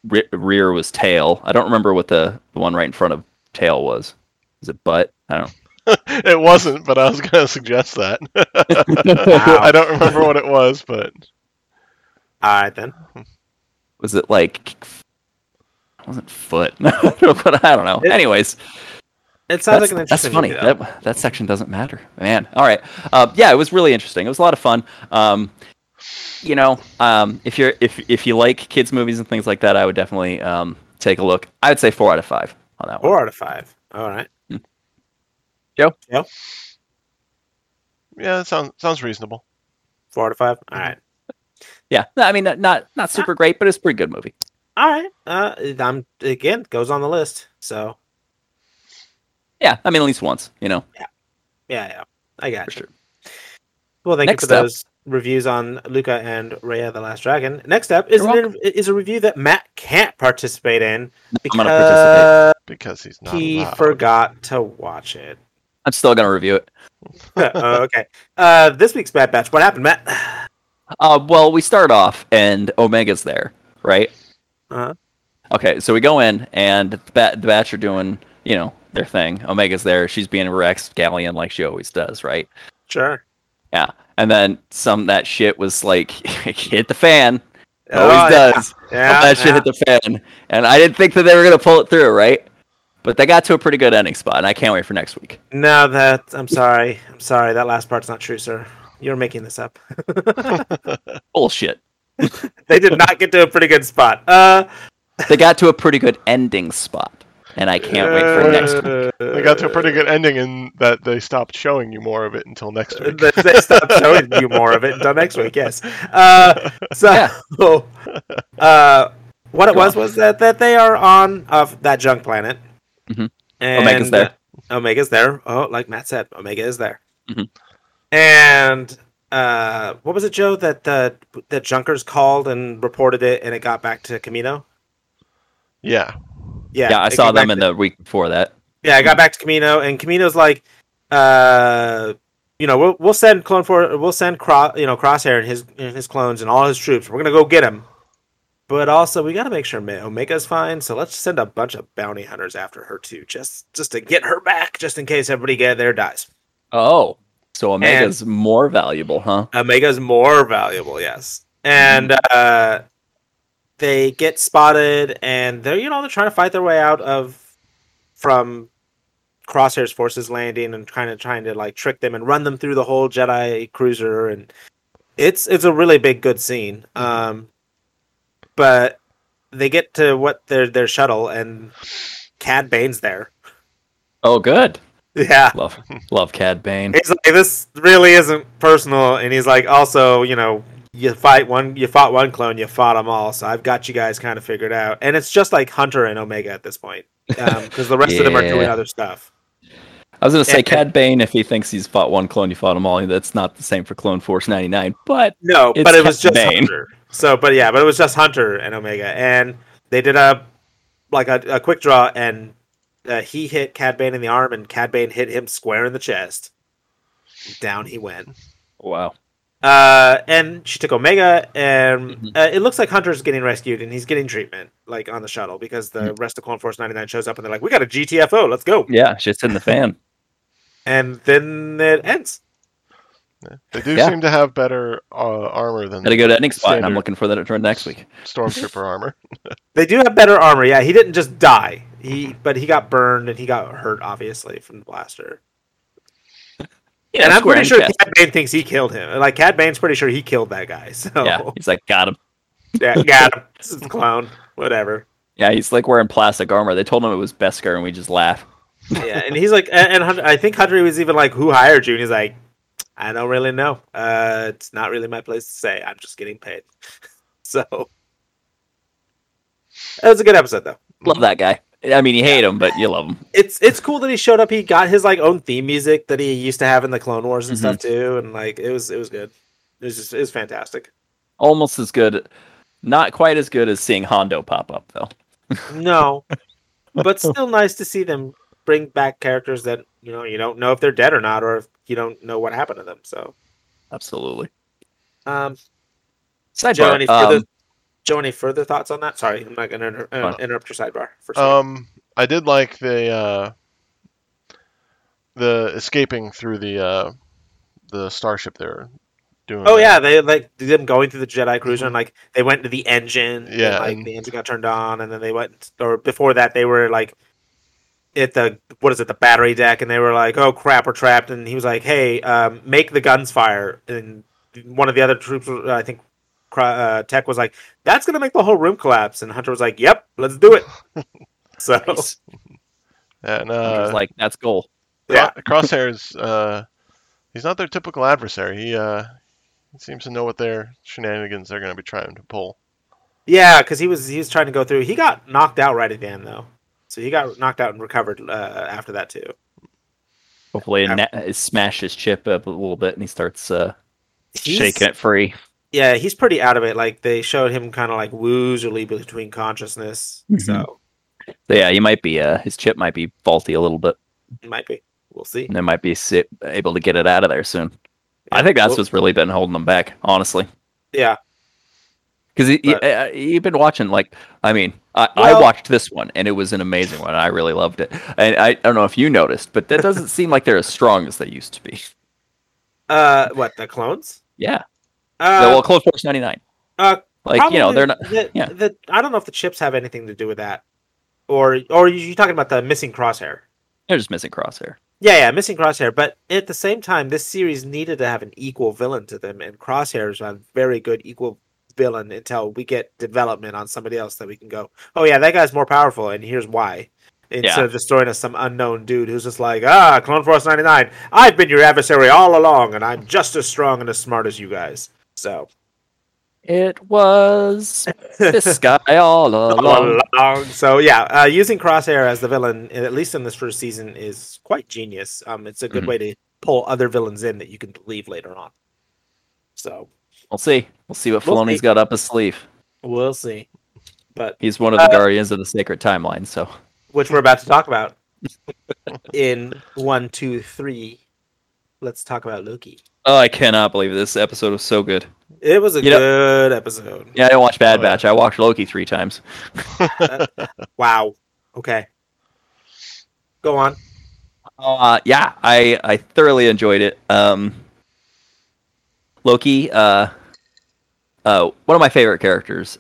A: re- rear was tail. I don't remember what the, the one right in front of tail was. Is it butt? I don't.
C: it wasn't, but I was gonna suggest that. I don't remember what it was, but
B: all right then.
A: Was it like? It wasn't foot. but I don't know.
B: It-
A: Anyways,
B: It sounds
A: that's,
B: like an
A: that's
B: interesting.
A: funny.
B: movie, though.
A: That that section doesn't matter, man. All right. Uh, yeah, it was really interesting. It was a lot of fun. Um, you know, um, if you're if if you like kids movies and things like that, I would definitely um, take a look. I would say four out of five on that one.
B: Four out of five. All right.
C: yeah, it sounds sounds reasonable.
B: Four out of five. All right.
A: Yeah, No, I mean, not not not super great, but it's a pretty good movie.
B: All right. Uh, I'm again goes on the list. So
A: Yeah, I mean, at least once, you know.
B: yeah, yeah. I got
A: for
B: you.
A: sure.
B: Well, thank
A: Next
B: you for
A: up-
B: those reviews on Luca and Raya the Last Dragon. Next up is
A: You're
B: an inter- is a review that Matt can't participate in
A: I'm gonna
B: because
C: Because he's not.
B: he
C: allowed.
B: forgot to watch it.
A: I'm still gonna review it.
B: Oh, okay. Uh, this week's Bad Batch. What happened, Matt?
A: Uh, well, we start off and Omega's there, right?
B: Uh-huh.
A: Okay, so we go in and the, bat- the Batch are doing, you know, their thing. Omega's there. She's being Rex Galleon like she always does, right?
B: Sure.
A: Yeah. And then some that shit was like hit the fan. It
B: Oh,
A: always
B: yeah.
A: does.
B: Yeah,
A: that shit
B: yeah.
A: hit the fan. And I didn't think that they were gonna pull it through, right? But they got to a pretty good ending spot, and I can't wait for next week.
B: No, that I'm sorry. I'm sorry. That last part's not true, sir. You're making this up.
A: Bullshit.
B: they did not get to a pretty good spot. Uh,
A: They got to a pretty good ending spot. and I can't wait for next. week.
B: uh,
C: They got to a pretty good ending in that they stopped showing you more of it until next week.
B: They they stop showing you more of it until next week. Yes. Uh, so, uh, what it
A: Go
B: was was that that they are on of that junk planet.
A: Mhm.
B: And
A: Omega's there.
B: Omega's there. Oh, like Matt said, Omega is there.
A: Mhm.
B: And uh, what was it, Joe? That the the Junkers called and reported it, and it got back to Camino.
C: Yeah.
B: Yeah,
A: Yeah, I
B: it
A: saw
B: got back
A: them in
B: to-
A: the week before that.
B: Yeah, I got back to Camino, and Camino's like, uh, you know, we'll we'll send clone for we'll send cross you know Crosshair and his and his clones and all his troops. We're gonna go get him, but also we gotta make sure Ma- Omega's fine. So let's send a bunch of bounty hunters after her too, just just to get her back, just in case everybody get there dies.
A: Oh, so Omega's more valuable, huh?
B: Omega's more valuable, yes. And uh, they get spotted, and they're you know they're trying to fight their way out of from Crosshair's forces landing, and kind of trying to like trick them and run them through the whole Jedi cruiser, and it's it's a really big good scene. Um, but they get to what their their shuttle, and Cad Bane's there.
A: Oh, good.
B: Yeah.
A: Love, love Cad Bane.
B: He's like, this really isn't personal, and he's like, also, you know, you fight one, you fought one clone, you fought them all, so I've got you guys kind of figured out. And it's just like Hunter and Omega at this point, because the rest of them are doing
A: Yeah.
B: other stuff.
A: I was gonna say
B: and-
A: Cad Bane. If he thinks he's fought one clone, you fought them all. That's not the same for Clone Force ninety nine. But
B: No,
A: It's
B: but it was
A: Cat
B: just
A: Bane.
B: Hunter. So, but yeah, but it was just Hunter and Omega, and they did a like a, a quick draw, and uh, he hit Cad Bane in the arm, and Cad Bane hit him square in the chest. Down he went.
A: wow,
B: Uh, and she took Omega, and
A: Mhm.
B: uh, it looks like Hunter's getting rescued and he's getting treatment, like on the shuttle, because the rest of Clone Force 99 shows up and they're like, "We got a GTFO, let's go!"
A: Mm-hmm. yeah, shit's in the fan.
B: And then it ends.
C: They do
A: Yeah.
C: seem to have better uh, armor than
A: Had a good ending spot, and I'm
C: Standard.
A: looking for that at next week.
B: Mhm.
C: stormtrooper armor.
B: They do have better armor. Yeah, he didn't just die.
A: Mm-hmm.
B: He, but he got burned and he got hurt, obviously, from the blaster.
A: Yeah,
B: and I'm
A: Square
B: pretty
A: Enix
B: sure
A: has-
B: Cad Bane thinks he killed him. Like Cad Bane's pretty sure he killed that guy. So
A: Yeah, he's like got him.
B: yeah, got him. This is a clown. Whatever.
A: Yeah, he's like wearing plastic armor. They told him it was Beskar, and we just laugh.
B: yeah, and he's like, and, and Hunter, I think Hunter was even like, "Who hired you?" And he's like, "I don't really know. Uh, it's not really my place to say. I'm just getting paid." so it was a good episode, though.
A: Love that guy. I mean, you hate him, but you love him.
B: It's it's cool that he showed up. He got his like own theme music that he used to have in the Clone Wars and stuff too, and like it was it was good. It was just it was fantastic.
A: Almost as good, not quite as good as seeing Hondo pop up though.
B: No, but still nice to see them bring back characters that you know you don't know if they're dead or not, or if you don't know what happened to them. So,
A: Absolutely.
B: um, Joe, any
A: Sidebar.
B: further,
A: Um,
B: Joe, any further thoughts on that? Sorry, I'm not going to inter- uh, interrupt your sidebar. For a
C: Um, I did like the uh, the escaping through the uh, the starship they're doing.
B: second. oh yeah, they like did them going through the Jedi cruiser and like they went to the engine. and,
C: Yeah,
B: like
C: and-
B: the engine got turned on, and then they went or before that they were like at the what is it the battery deck, and they were like, oh crap, we're trapped, and he was like, hey, um, make the guns fire, and one of the other troops, was- I think. Cro- Uh, Tech was like, "That's gonna make the whole room collapse," and Hunter was like, "Yep, let's do it." So,
A: nice.
C: And
A: I
C: uh,
A: was like, that's goal.
B: yeah,
C: Cro- Crosshair's uh, he's not their typical adversary. He uh, he seems to know what their shenanigans they're going to be trying to pull.
B: Yeah, because he was he was trying to go through. He got knocked out right at the end though, so he got knocked out and recovered uh, after that too.
A: Hopefully,
B: Yeah.
A: na- it smash his chip up a little bit, and he starts uh,
B: He's,
A: shaking it free.
B: Yeah, he's pretty out of it. Like they showed him kind of like woozily between consciousness, so
A: So, yeah, he might be. Uh, his chip might be faulty a little bit,
B: it might be. We'll see.
A: and they might be si- able to get it out of there soon. I think that's
B: Well,
A: what's really been holding them back, honestly.
B: yeah.
A: Because he, he,
B: But-
A: I- I- you've been watching, like, I mean, I, I
B: Well-
A: watched this one and it was an amazing one. I really loved it. And I, I don't know if you noticed, but that doesn't seem like they're as strong as they used to be.
B: Uh, what the clones?
A: Yeah.
B: Uh,
A: The- well, Close Force 99.
B: uh,
A: Like, you know,
B: probably
A: they're not.
B: The,
A: yeah.
B: the- I don't know if the chips have anything to do with that, or or you talking about the missing crosshair?
A: They're just missing Crosshair.
B: Yeah, yeah, missing Crosshair. But at the same time, this series needed to have an equal villain to them, and Crosshair is a very good equal villain until we get development on somebody else that we can go, oh yeah, that guy's more powerful, and here's why. instead
A: Yeah.
B: of just throwing us some unknown dude who's just like, ah, Clone Force 99, I've been your adversary all along, and I'm just as strong and as smart as you guys. So,
A: It was this guy all along.
B: Along. So yeah, uh, using Crosshair as the villain, at least in this first season, is quite genius. Um, it's a good
A: Mhm.
B: way to pull other villains in that you can leave later on. So
A: We'll see. We'll see what
B: We'll
A: Filoni's
B: see.
A: got up his sleeve.
B: we'll see, but
A: He's one of the
B: Uh,
A: guardians of the sacred timeline, so
B: which we're about to talk about in one, two, three. Let's talk about Loki.
A: Oh, I cannot believe it. this episode was so good.
B: It was a
A: You know-
B: good episode.
A: Yeah, I didn't watch Bad
C: Oh, yeah.
A: Batch. I watched Loki three times.
B: Wow. Okay. Go on.
A: Uh, yeah, I, I thoroughly enjoyed it. Um, Loki, uh, uh, one of my favorite characters.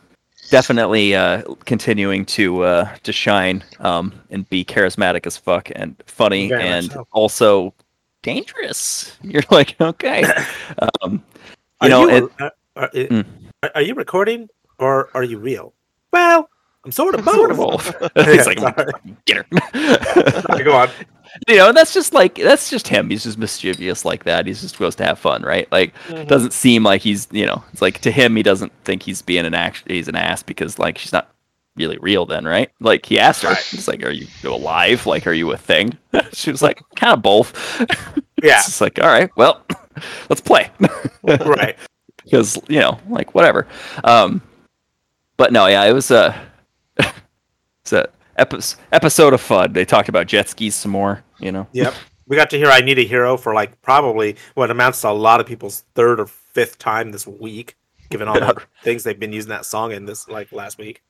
A: Definitely uh, continuing to uh, to shine um, and be charismatic as fuck and funny
B: Very much
A: and
B: so.
A: also dangerous. You're like, okay. Um, you
B: Are
A: know, it,
B: you, are, are- uh,
A: Mm.
B: are- are you recording or are you real? Well, I'm sort of both.
A: sort of both. It's like,
B: Sorry.
A: get her.
B: Sorry, go on.
A: you know that's just like that's just him he's just mischievous like that he's just supposed to have fun right like doesn't seem like he's you know it's like to him he doesn't think he's being an act he's an ass because like she's not really real then right like he asked her he's like are you alive like are you a thing she was like kind of both
B: Yeah,
A: it's just like all right well let's play
B: right.
A: because you know like whatever um but no yeah it was a it's a epi- episode of fun they talked about jet skis some more you know
B: Yep. We got to hear I Need a Hero for like probably what amounts to a lot of people's third or fifth time this week, given all the things they've been using that song in this like last week.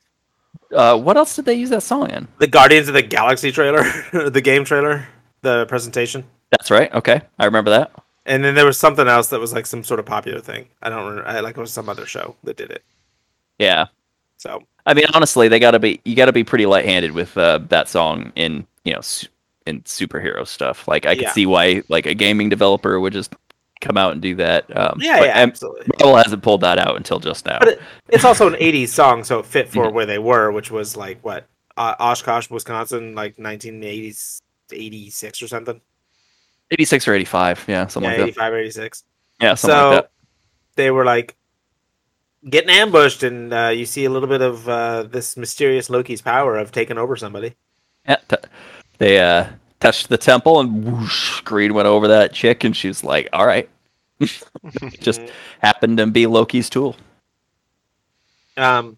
A: Uh, what else did they use that song in?
B: The Guardians of the Galaxy trailer, the game trailer, the presentation.
A: That's right. Okay, I remember that.
B: And then there was something else that was like some sort of popular thing. I don't remember. I, like it was some other show that did it.
A: Yeah,
B: So
A: I mean, honestly, they gotta be you gotta be pretty light-handed with uh, that song in you know su- in superhero stuff. Like I could
B: Yeah.
A: see why like a gaming developer would just come out and do that. Um,
B: yeah,
A: but
B: yeah,
A: M-
B: absolutely.
A: Marvel hasn't pulled that out until just now.
B: But it- it's also an 80s song so it fit for where they were which was like what uh, oshkosh wisconsin like 1980s 86 or something
A: Eighty-six or eighty-five, yeah, something
B: yeah
A: like that.
B: 85 or 86
A: Yeah, something
B: so
A: like that.
B: they were like getting ambushed and uh, you see a little bit of uh, this mysterious loki's power of taking over somebody
A: Yeah, t- they uh, touched the temple and whoosh, Green went over that chick, and she was like, "All right." just
B: Mm-hmm.
A: happened to be Loki's tool.
B: um,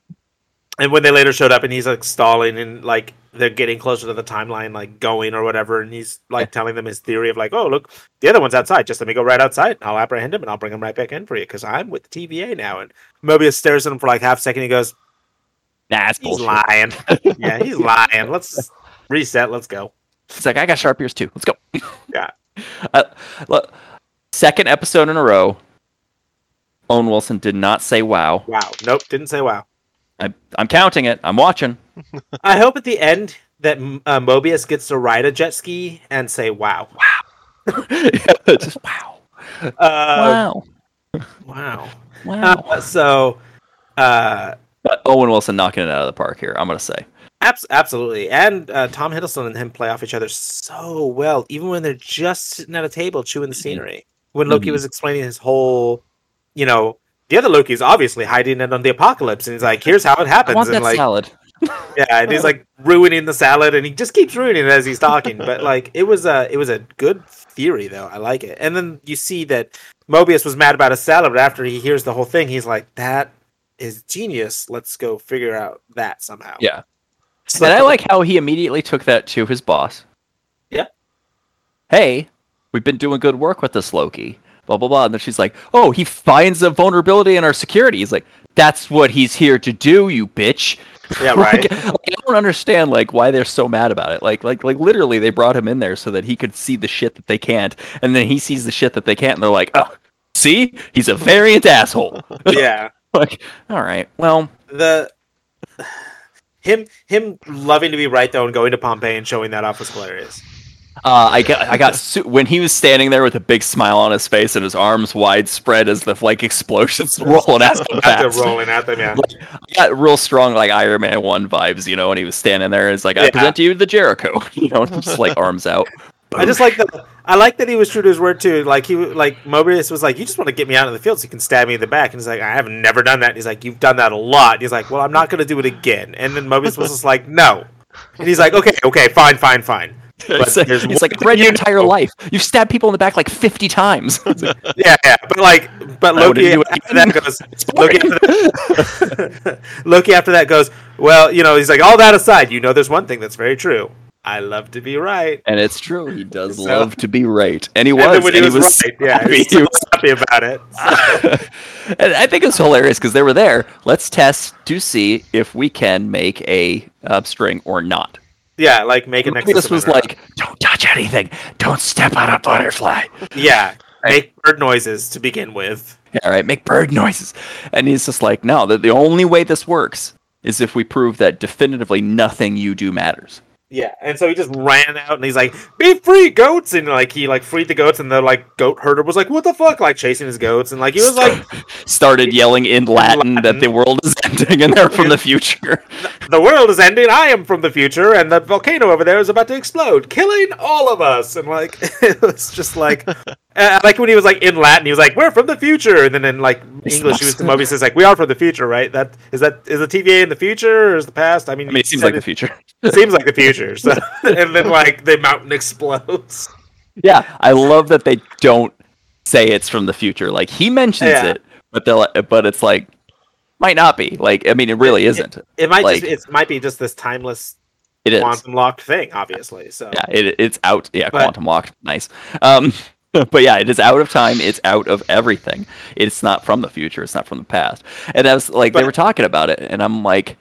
B: and when they later showed up and he's like stalling and like they're getting closer to the timeline like going or whatever and he's like telling them his theory of like oh look the other one's outside just let me go right outside and i'll apprehend him and i'll bring him right back in for you because i'm with the tva now and mobius stares at him for like half a second he goes
A: Nah, it's
B: he's
A: bullshit.
B: lying yeah he's lying let's reset let's go
A: It's like I got sharp ears too. Let's go.
B: Yeah.
A: Uh, look, second episode in a row. Owen Wilson did not say wow.
B: wow nope didn't say wow
A: I, I'm counting it. I'm watching.
B: i hope at the end that uh, mobius gets to ride a jet ski and say wow
A: Just wow,
B: uh,
A: wow,
B: wow,
A: wow.
B: Uh, so uh
A: But Owen Wilson knocking it out of the park here. I'm gonna say.
B: Abs- absolutely. And uh, Tom Hiddleston and him play off each other so well, even when they're just sitting at a table chewing
A: Mm-hmm.
B: the scenery. When Loki
A: Mhm.
B: was explaining his whole, you know, the other Loki's obviously hiding it on the apocalypse, and he's like, "Here's how it
A: I
B: happens,"
A: want
B: and
A: that
B: like,
A: salad.
B: yeah, and he's like ruining the salad, and he just keeps ruining it as he's talking. but like, it was a it was a good theory though. I like it. And then you see that Mobius was mad about his salad, but after he hears the whole thing, he's like, "That is genius. Let's go figure out that somehow."
A: Yeah.
B: So-
A: And I like how he immediately took that to his boss.
B: Yeah.
A: Hey, we've been doing good work with this Loki. Blah blah blah. And then she's like, "Oh, he finds a vulnerability in our security." He's like, "That's what he's here to do, you bitch."
B: yeah, right.
A: Like, like, I don't understand like why they're so mad about it. Like like like literally they brought him in there so that he could see the shit that they can't, and then he sees the shit that they can't, and they're like, "Oh, see, he's a variant asshole."
B: yeah
A: like, all right, well,
B: the him him loving to be right though and going to pompeii and showing that off was hilarious
A: Uh, I got, I got su- when he was standing there with a big smile on his face and his arms widespread as the like explosions rolling at him
B: They're
A: fast.
B: rolling at them, yeah.
A: I got real strong like Iron Man one vibes, you know, and he was standing there. It's like I
B: Yeah.
A: present to you the Jericho, you know, and just like arms out.
B: I just like that. I like that he was true to his word too. Like he, like Mobius was like, "You just want to get me out of the field so you can stab me in the back." And he's like, "I have never done that." And he's like, "You've done that a lot." He's like, "Well, I'm not going to do it again." And then Mobius was just like, "No," and he's like, "Okay, okay, fine, fine, fine." But
A: It's like,
B: there's
A: it's
B: one
A: like read
B: thing
A: your
B: you
A: entire life. You've stabbed people in the back like fifty times. It's like,
B: Yeah, yeah, but like, but
A: I wouldn't
B: Loki
A: do it
B: after that
A: again.
B: goes. Loki
A: boring.
B: after that, Loki after that goes. Well, you know, he's like, all that aside, you know, there's one thing that's very true. I love to be right.
A: and it's true. He does
B: So-
A: love to be right, and he was.
B: and then when
A: and
B: he was, right, yeah,
A: happy.
B: he was
A: He
B: so happy about it.
A: and I think it's hilarious because they were there. Let's test to see if we can make a uh, string or not.
B: Yeah, like make an.
A: This was like, don't touch anything. Don't step on a butterfly.
B: Yeah,
A: Right.
B: make bird noises to begin with.
A: Yeah, all right, make bird noises. And he's just like, no, the, the only way this works is if we prove that definitively nothing you do matters.
B: Yeah, and so he just ran out and he's like, "Be free, goats!" And like he like freed the goats, and the like goat herder was like, "What the fuck?" Like chasing his goats, and like he was like,
A: Started yelling in Latin, that the world is ending and they're from the future.
B: "The world is ending. I am from the future, and the volcano over there is about to explode, killing all of us." And like it was just like, uh, like when he was like in Latin, he was like, "We're from the future," and then in like
A: It's
B: English, he was
A: us.
B: to Mobius is like, "We are from the future, right? That is that is the TVA in the future or is the past?" I mean,
A: I mean, it seems like the future.
B: seems like the future. So, and then like the mountain explodes.
A: Yeah, I love that they don't say it's from the future. Like he mentions
B: Yeah.
A: it, but they'll, but it's like might not be. Like I mean, it really isn't.
B: It might
A: Like-
B: just it might be just this timeless
A: It is.
B: quantum locked thing, obviously. So
A: Yeah, it, it's out. Yeah,
B: But-
A: quantum locked. Nice. Um, but yeah, it is out of time. It's out of everything. It's not from the future. It's not from the past. And I was like, they
B: But-
A: were talking about it, and I'm like,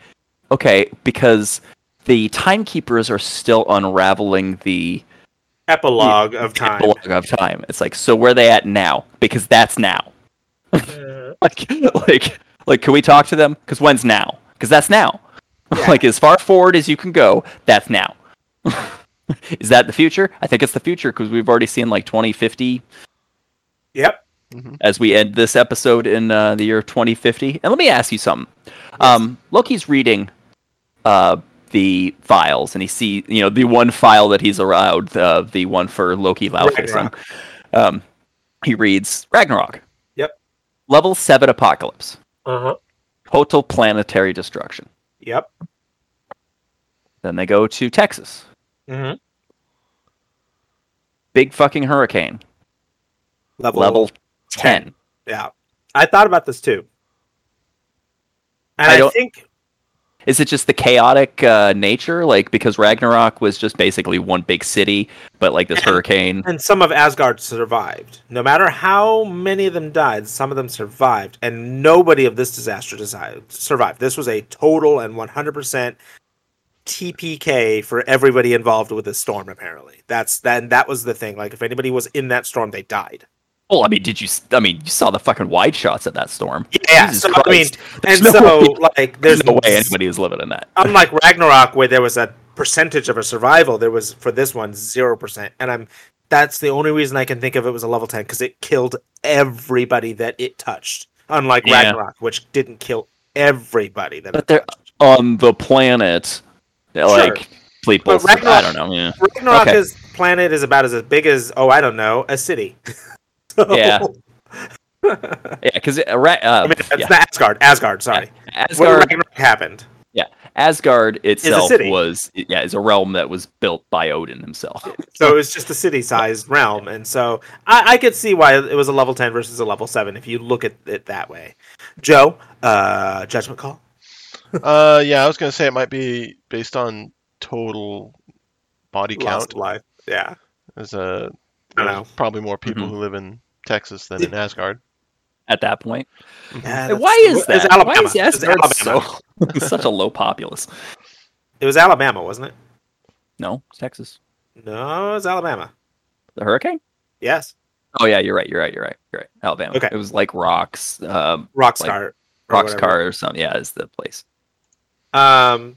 A: okay, because the timekeepers are still unraveling the
B: epilogue of time.
A: epilogue of time. It's like, so where are they at now? Because that's now. like like like can we talk to them because when's now because that's now like as far forward as you can go that's now is that the future i think it's the future because we've already seen like 2050
B: yep.
A: as we end this episode in uh, the year 2050 and let me ask you something um, loki's reading uh, the files and he see you know the one file that he's allowed uh, the one for loki Laufeyson.
B: Ragnarok.
A: um he reads ragnarok
B: Yep.
A: level 7 apocalypse
B: Uh-huh.
A: total planetary destruction.
B: Yep.
A: Then they go to Texas.
B: Mm-hmm.
A: Big fucking hurricane.
B: Level.
A: Level 10.
B: Yeah. I thought about this too. And
A: I
B: I,
A: don't-
B: think
A: Is it just the chaotic uh, nature? Like, because Ragnarok was just basically one big city, but like this hurricane.
B: and some of Asgard survived. No matter how many of them died, some of them survived, and nobody of this disaster desi- survived. This was a total and 100% TPK for everybody involved with the storm. Apparently, that's that. And that was the thing. Like, if anybody was in that storm, they died.
A: Well, I mean, did you? s- I mean, you saw the fucking wide shots of that storm.
B: Yeah.
A: Jesus
B: so I mean,
A: Christ. There's
B: and
A: no
B: so
A: way-
B: like,
A: there's,
B: there's
A: no way anybody is living in that.
B: unlike Ragnarok, where there was a percentage of a survival, there was for this one zero percent. And I'm that's the only reason I can think of it was a level ten because it killed everybody that it touched. Unlike
A: Yeah.
B: Ragnarok, which didn't kill everybody that.
A: But
B: it
A: they're on the planet. They're
B: Sure.
A: like people.
B: But
A: sur- I
B: Ragnarok-
A: don't know. Yeah.
B: touched. Ragnarok
A: okay.
B: is planet is about as big as oh I don't know a city. So-
A: Yeah. Yeah, because uh, Ra- uh,
B: I mean that's
A: yeah.
B: not Asgard. Asgard, sorry. Where
A: Asgard
B: Ragnarok happened.
A: Yeah, Asgard itself
B: city.
A: was yeah is a realm that was built by Odin himself.
B: So it was just a city-sized realm, and so I, I could see why it was a level ten versus a level seven if you look at it that way. Joe, uh, judgment call.
C: Uh, yeah, I was gonna say it might be based on total body
B: Lost
C: count.
B: life. Yeah,
C: There's a
B: I
C: there's
B: know.
C: probably more people
A: Mhm.
C: who live in Texas than in Asgard.
A: At that point,
B: Yeah,
A: Like,
B: that's-
A: why is
B: it was
A: that? Why
B: Alabama.
A: is
B: It was
A: Asgard
B: Alabama.
A: so such a low populace?
B: It was Alabama, wasn't it?
A: No, it's Texas.
B: No, it was Alabama.
A: The hurricane?
B: Yes,
A: Oh yeah, you're right. You're right. You're right. You're right. Alabama.
B: Okay.
A: It was like rocks, um,
B: Rockstar. or whatever.
A: Rockstar or something. Yeah, is the place.
B: Um,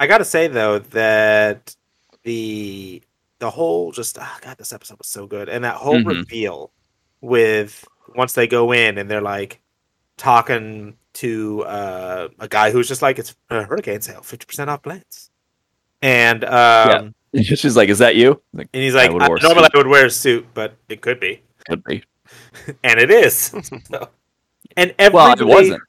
B: I gotta say though that the the whole just oh god, this episode was so good, and that whole
A: Mhm.
B: reveal with once they go in and they're like talking to uh, a guy who's just like it's a hurricane sale, fifty percent off plants, and um,
A: She's like, "Is that you?" I'm Like,
B: and he's like,
A: I would
B: I
A: wear a
B: normally
A: suit."
B: I would wear a suit, but it could be,
A: could be.
B: and it is, So- and every
A: Well, it
B: way-
A: wasn't.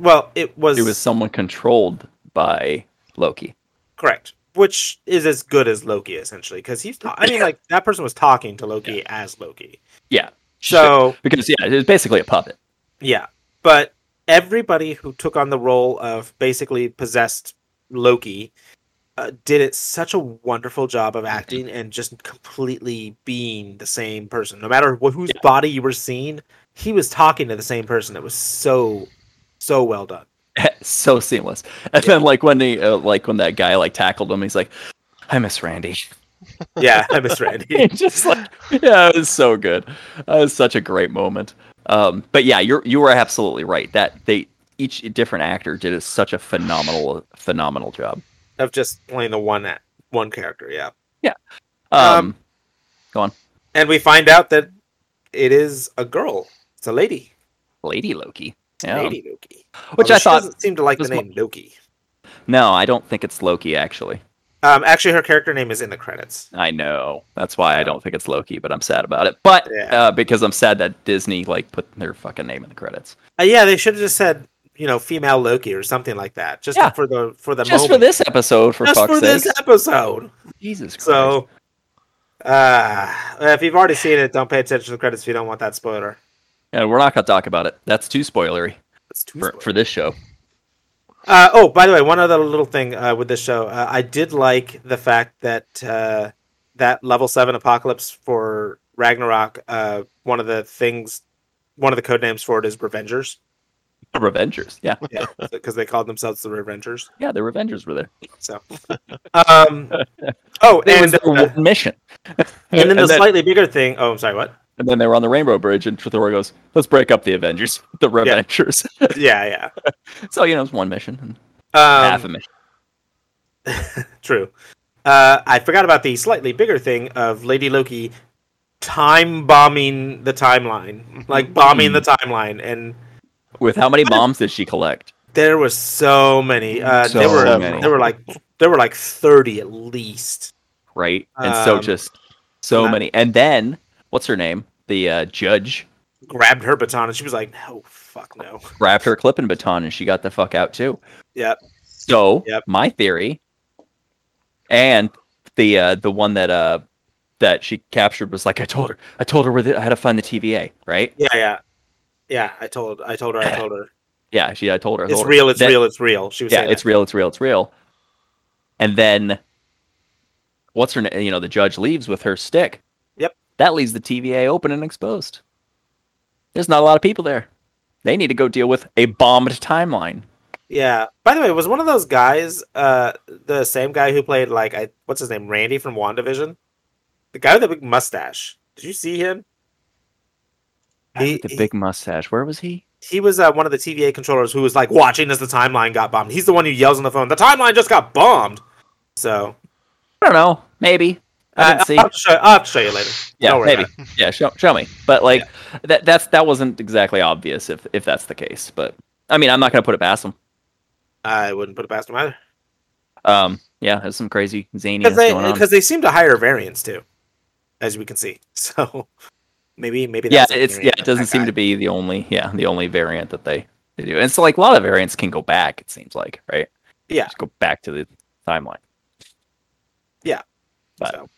B: Well, it was.
A: It was someone controlled by Loki.
B: Correct. Which is as good as Loki essentially, because he's not. I mean, like that person was talking to Loki as Loki.
A: Yeah.
B: So
A: Because yeah, it was basically a puppet.
B: yeah, but everybody who took on the role of basically possessed Loki uh, did it such a wonderful job of acting and just completely being the same person. No matter wh- whose body you were seeing, he was talking to the same person. It was so so well done.
A: so seamless. And
B: Yeah.
A: then like when the uh, like when that guy like tackled him, he's like, "I miss Randy."
B: Yeah, I miss Randy.
A: It just like yeah, it was so good. That was such a great moment. Um, but yeah, you're you were absolutely right. That they each different actor did such a phenomenal phenomenal job.
B: of just playing the one at one character. Yeah.
A: Um,
B: Um, and we find out that it is a girl. It's a lady,
A: Lady Loki. Yeah.
B: Lady Loki.
A: Which
B: Although
A: I
B: she
A: thought
B: doesn't seem to like the
A: was mo-
B: name Loki.
A: no, I don't think it's Loki actually.
B: Um, actually, her character name is in the credits.
A: I know. That's why I don't think it's Loki, but I'm sad about it. But
B: Yeah.
A: uh, because I'm sad that Disney like put their fucking name in the credits.
B: Uh, yeah, they should have just said you know female Loki or something like that, just
A: Yeah.
B: for the for the
A: Just
B: moment.
A: for this episode for
B: just
A: fuck's
B: for
A: sake.
B: this episode.
A: Jesus Christ.
B: So, uh, if you've already seen it, don't pay attention to the credits if you don't want that spoiler.
A: yeah, we're not gonna talk about it. That's too spoilery
B: That's too.
A: for,
B: spoiler.
A: for this show.
B: Uh, oh, by the way, one other little thing uh, with this show, uh, I did like the fact that uh, that level seven apocalypse for Ragnarok. Uh, one of the things, one of the code names for it is Revengers,
A: The Revengers. Yeah.
B: yeah, because they called themselves the Revengers.
A: Yeah, the Revengers were there.
B: So, um, oh,
A: It was
B: and
A: their
B: uh,
A: one mission.
B: and then the
A: then,
B: slightly bigger thing. Oh, I'm sorry, what?
A: and then they were on the Rainbow Bridge, and Thor goes, "Let's break up the Avengers, the Revengers."
B: Yeah,
A: so you know, it's one mission, and
B: yeah. Um,
A: half a mission.
B: True. Uh, I forgot about the slightly bigger thing of Lady Loki time bombing the timeline, like bombing the timeline, and
A: With how many bombs did she collect?
B: there were so many. Uh, there
A: So
B: were
A: many.
B: there were like there were like thirty at least.
A: Right, and so
B: Um,
A: just so
B: not-
A: many. And then what's her name? The uh, judge
B: Grabbed her baton and she was like, "No, fuck no."
A: grabbed her clipping baton, and she got the fuck out too.
B: Yep.
A: So
B: Yep.
A: my theory, and the uh, the one that uh that she captured was like, I told her, I told her where the, I had to find the TVA, right?
B: Yeah, yeah, yeah. I told, I told her, I told her.
A: Yeah, she, I told her. I
B: It's
A: told her.
B: real, it's
A: Then-
B: real, it's real. She was
A: yeah,
B: saying
A: it's
B: that.
A: real, it's real, it's real. And then, what's her name? You know, the judge leaves with her stick.
B: Yep.
A: That leaves the TVA open and exposed. There's not a lot of people there. They need to go deal with a bombed timeline.
B: Yeah. By the way, was one of those guys uh the same guy who played like I what's his name? Randy from WandaVision? The guy with the big mustache. Did you see him?
A: Guy
B: He-
A: with the
B: he-
A: big mustache. Where was he?
B: He was uh, one of the TVA controllers who was like watching as the timeline got bombed. He's the one who yells on the phone, "The timeline just got bombed." So
A: I don't know. Maybe. I
B: uh,
A: didn't see.
B: I'll, have to show, I'll have to show you later.
A: yeah,
B: Don't worry
A: maybe. Yeah, show, show me. But like that that's that wasn't exactly obvious if if that's the case. But I mean, I'm not gonna put it past them.
B: I wouldn't put it past him either
A: Um, yeah, there's some crazy zaniness
B: because they
A: going on.
B: because they seem to hire variants too, as we can see. So maybe maybe
A: yeah,
B: that's a
A: it's yeah,
B: variant
A: it
B: of
A: doesn't
B: that
A: seem
B: guy.
A: to be the only yeah the only variant that they they do. And so like a lot of variants can go back. It seems like right.
B: Yeah.
A: Just go back to the timeline.
B: Yeah.
A: but
B: So,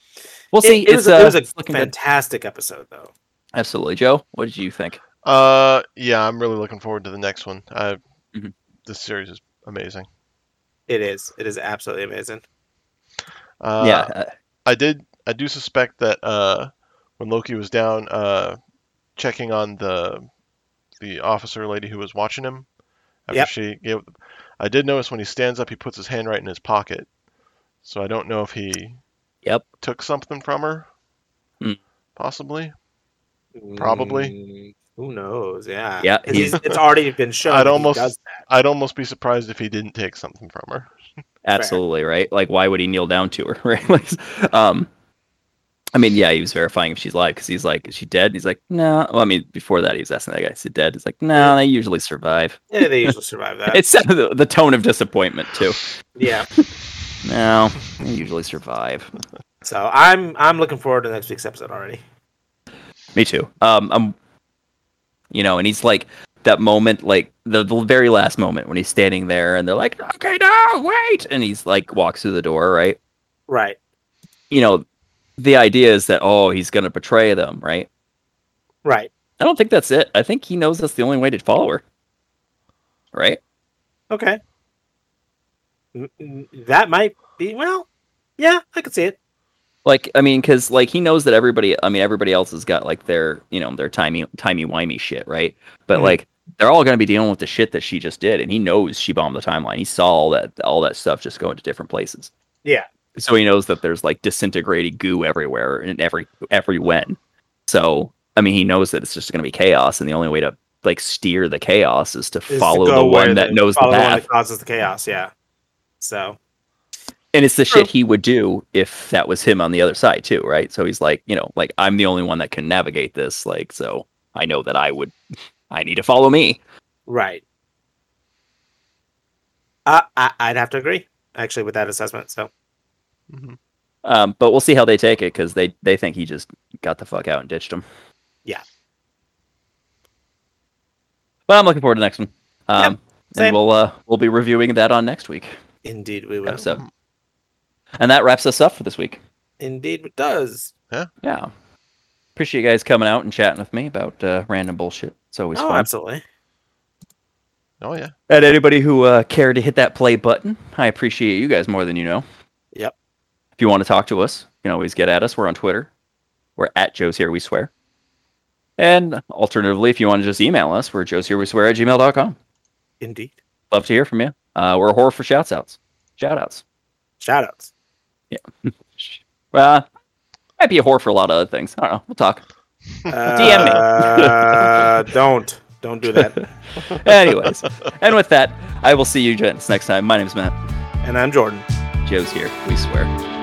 A: we'll see.
B: It, it
A: it's,
B: was, a- it
A: uh,
B: was
A: it's
B: a
A: looking good.
B: fantastic episode though.
A: Absolutely, Joe. What did you think?
C: Uh, yeah, I'm really looking forward to the next one. I,
A: Mhm.
C: This series is amazing.
B: It is. It is absolutely amazing.
C: Uh,
A: yeah, uh,
C: I did. I do suspect that uh, when Loki was down, uh, checking on the the officer lady who was watching him, after
B: Yep.
C: she gave, I did notice when he stands up, he puts his hand right in his pocket. So I don't know if he
A: Yep.
C: took something from her,
A: Hmm.
C: possibly. Probably.
B: Mm, who knows? Yeah.
A: Yeah,
B: 'Cause
A: he's-
B: he's- it's already been shown.
C: I'd
B: that he
C: almost-
B: does that.
C: I'd almost be surprised if he didn't take something from her.
A: absolutely right. Like, why would he kneel down to her? Right. Like, um, I mean, yeah, he was verifying if she's alive because he's like, is she dead? And he's like, no. Well, I mean, before that, he was asking that guy, is she dead? He's like, no, they usually survive.
B: Yeah, they usually survive that.
A: It sounded the, the tone of disappointment too.
B: yeah.
A: No, they usually survive.
B: So I'm I'm looking forward to next week's episode already.
A: Me too. Um, I'm, you know, and he's like that moment, like the, the very last moment when he's standing there, and they're like, okay, no, wait, and he's like walks through the door, right?
B: Right.
A: you know, the idea is that oh, he's going to betray them, right?
B: Right.
A: I don't think that's it. I think he knows that's the only way to follow her, right?
B: Okay. N- n- That might be well. Yeah, I could see it.
A: Like, I mean, because like he knows that everybody, I mean, everybody else has got like their, you know, their timey, timey wimey shit, right? But
B: Mhm.
A: like, they're all going to be dealing with the shit that she just did, and he knows she bombed the timeline. He saw all that, all that stuff just going to different places.
B: Yeah.
A: so he knows that there's like disintegrating goo everywhere and every every when. So I mean, he knows that it's just going to be chaos, and the only way to like steer the chaos is to
B: Is to
A: follow
B: go
A: the
B: where
A: one that knows the
B: follow one
A: path,
B: that causes the chaos. Yeah. So
A: and it's the
B: True.
A: shit he would do if that was him on the other side too, right? So he's like, you know, like I'm the only one that can navigate this, like so I know that I would, I need to follow me.
B: right. I, I I'd have to agree actually with that assessment. So
C: hmm
A: Um, but we'll see how they take it because they they think he just got the fuck out and ditched him.
B: Yeah.
A: But I'm looking forward to the next one. Um,
B: same.
A: and we'll uh, we'll be reviewing that on next week
B: indeed we will.
A: episode. And that wraps us up for this week.
B: Indeed it does.
A: Yeah. Appreciate you guys coming out and chatting with me about uh, random bullshit. It's always
B: Oh,
A: fun.
B: absolutely.
C: Oh yeah.
A: And anybody who uh, cared to hit that play button, I appreciate you guys more than you know.
B: Yep.
A: If you want to talk to us, you can always get at us. We're on Twitter. We're at Joe's Here We Swear. And alternatively, if you want to just email us, we're Joe's Here We Swear at gmail.com.
B: Indeed.
A: Love to hear from you. Uh, we're a horror for shouts outs. Shout outs.
B: Shout outs.
A: Well, might be a whore for a lot of other things. I don't know. We'll talk. DM me.
B: Uh, don't. Don't do that.
A: Anyways, and with that, I will see you gents next time. My name's Matt.
B: And I'm Jordan.
A: Joe's here. We swear.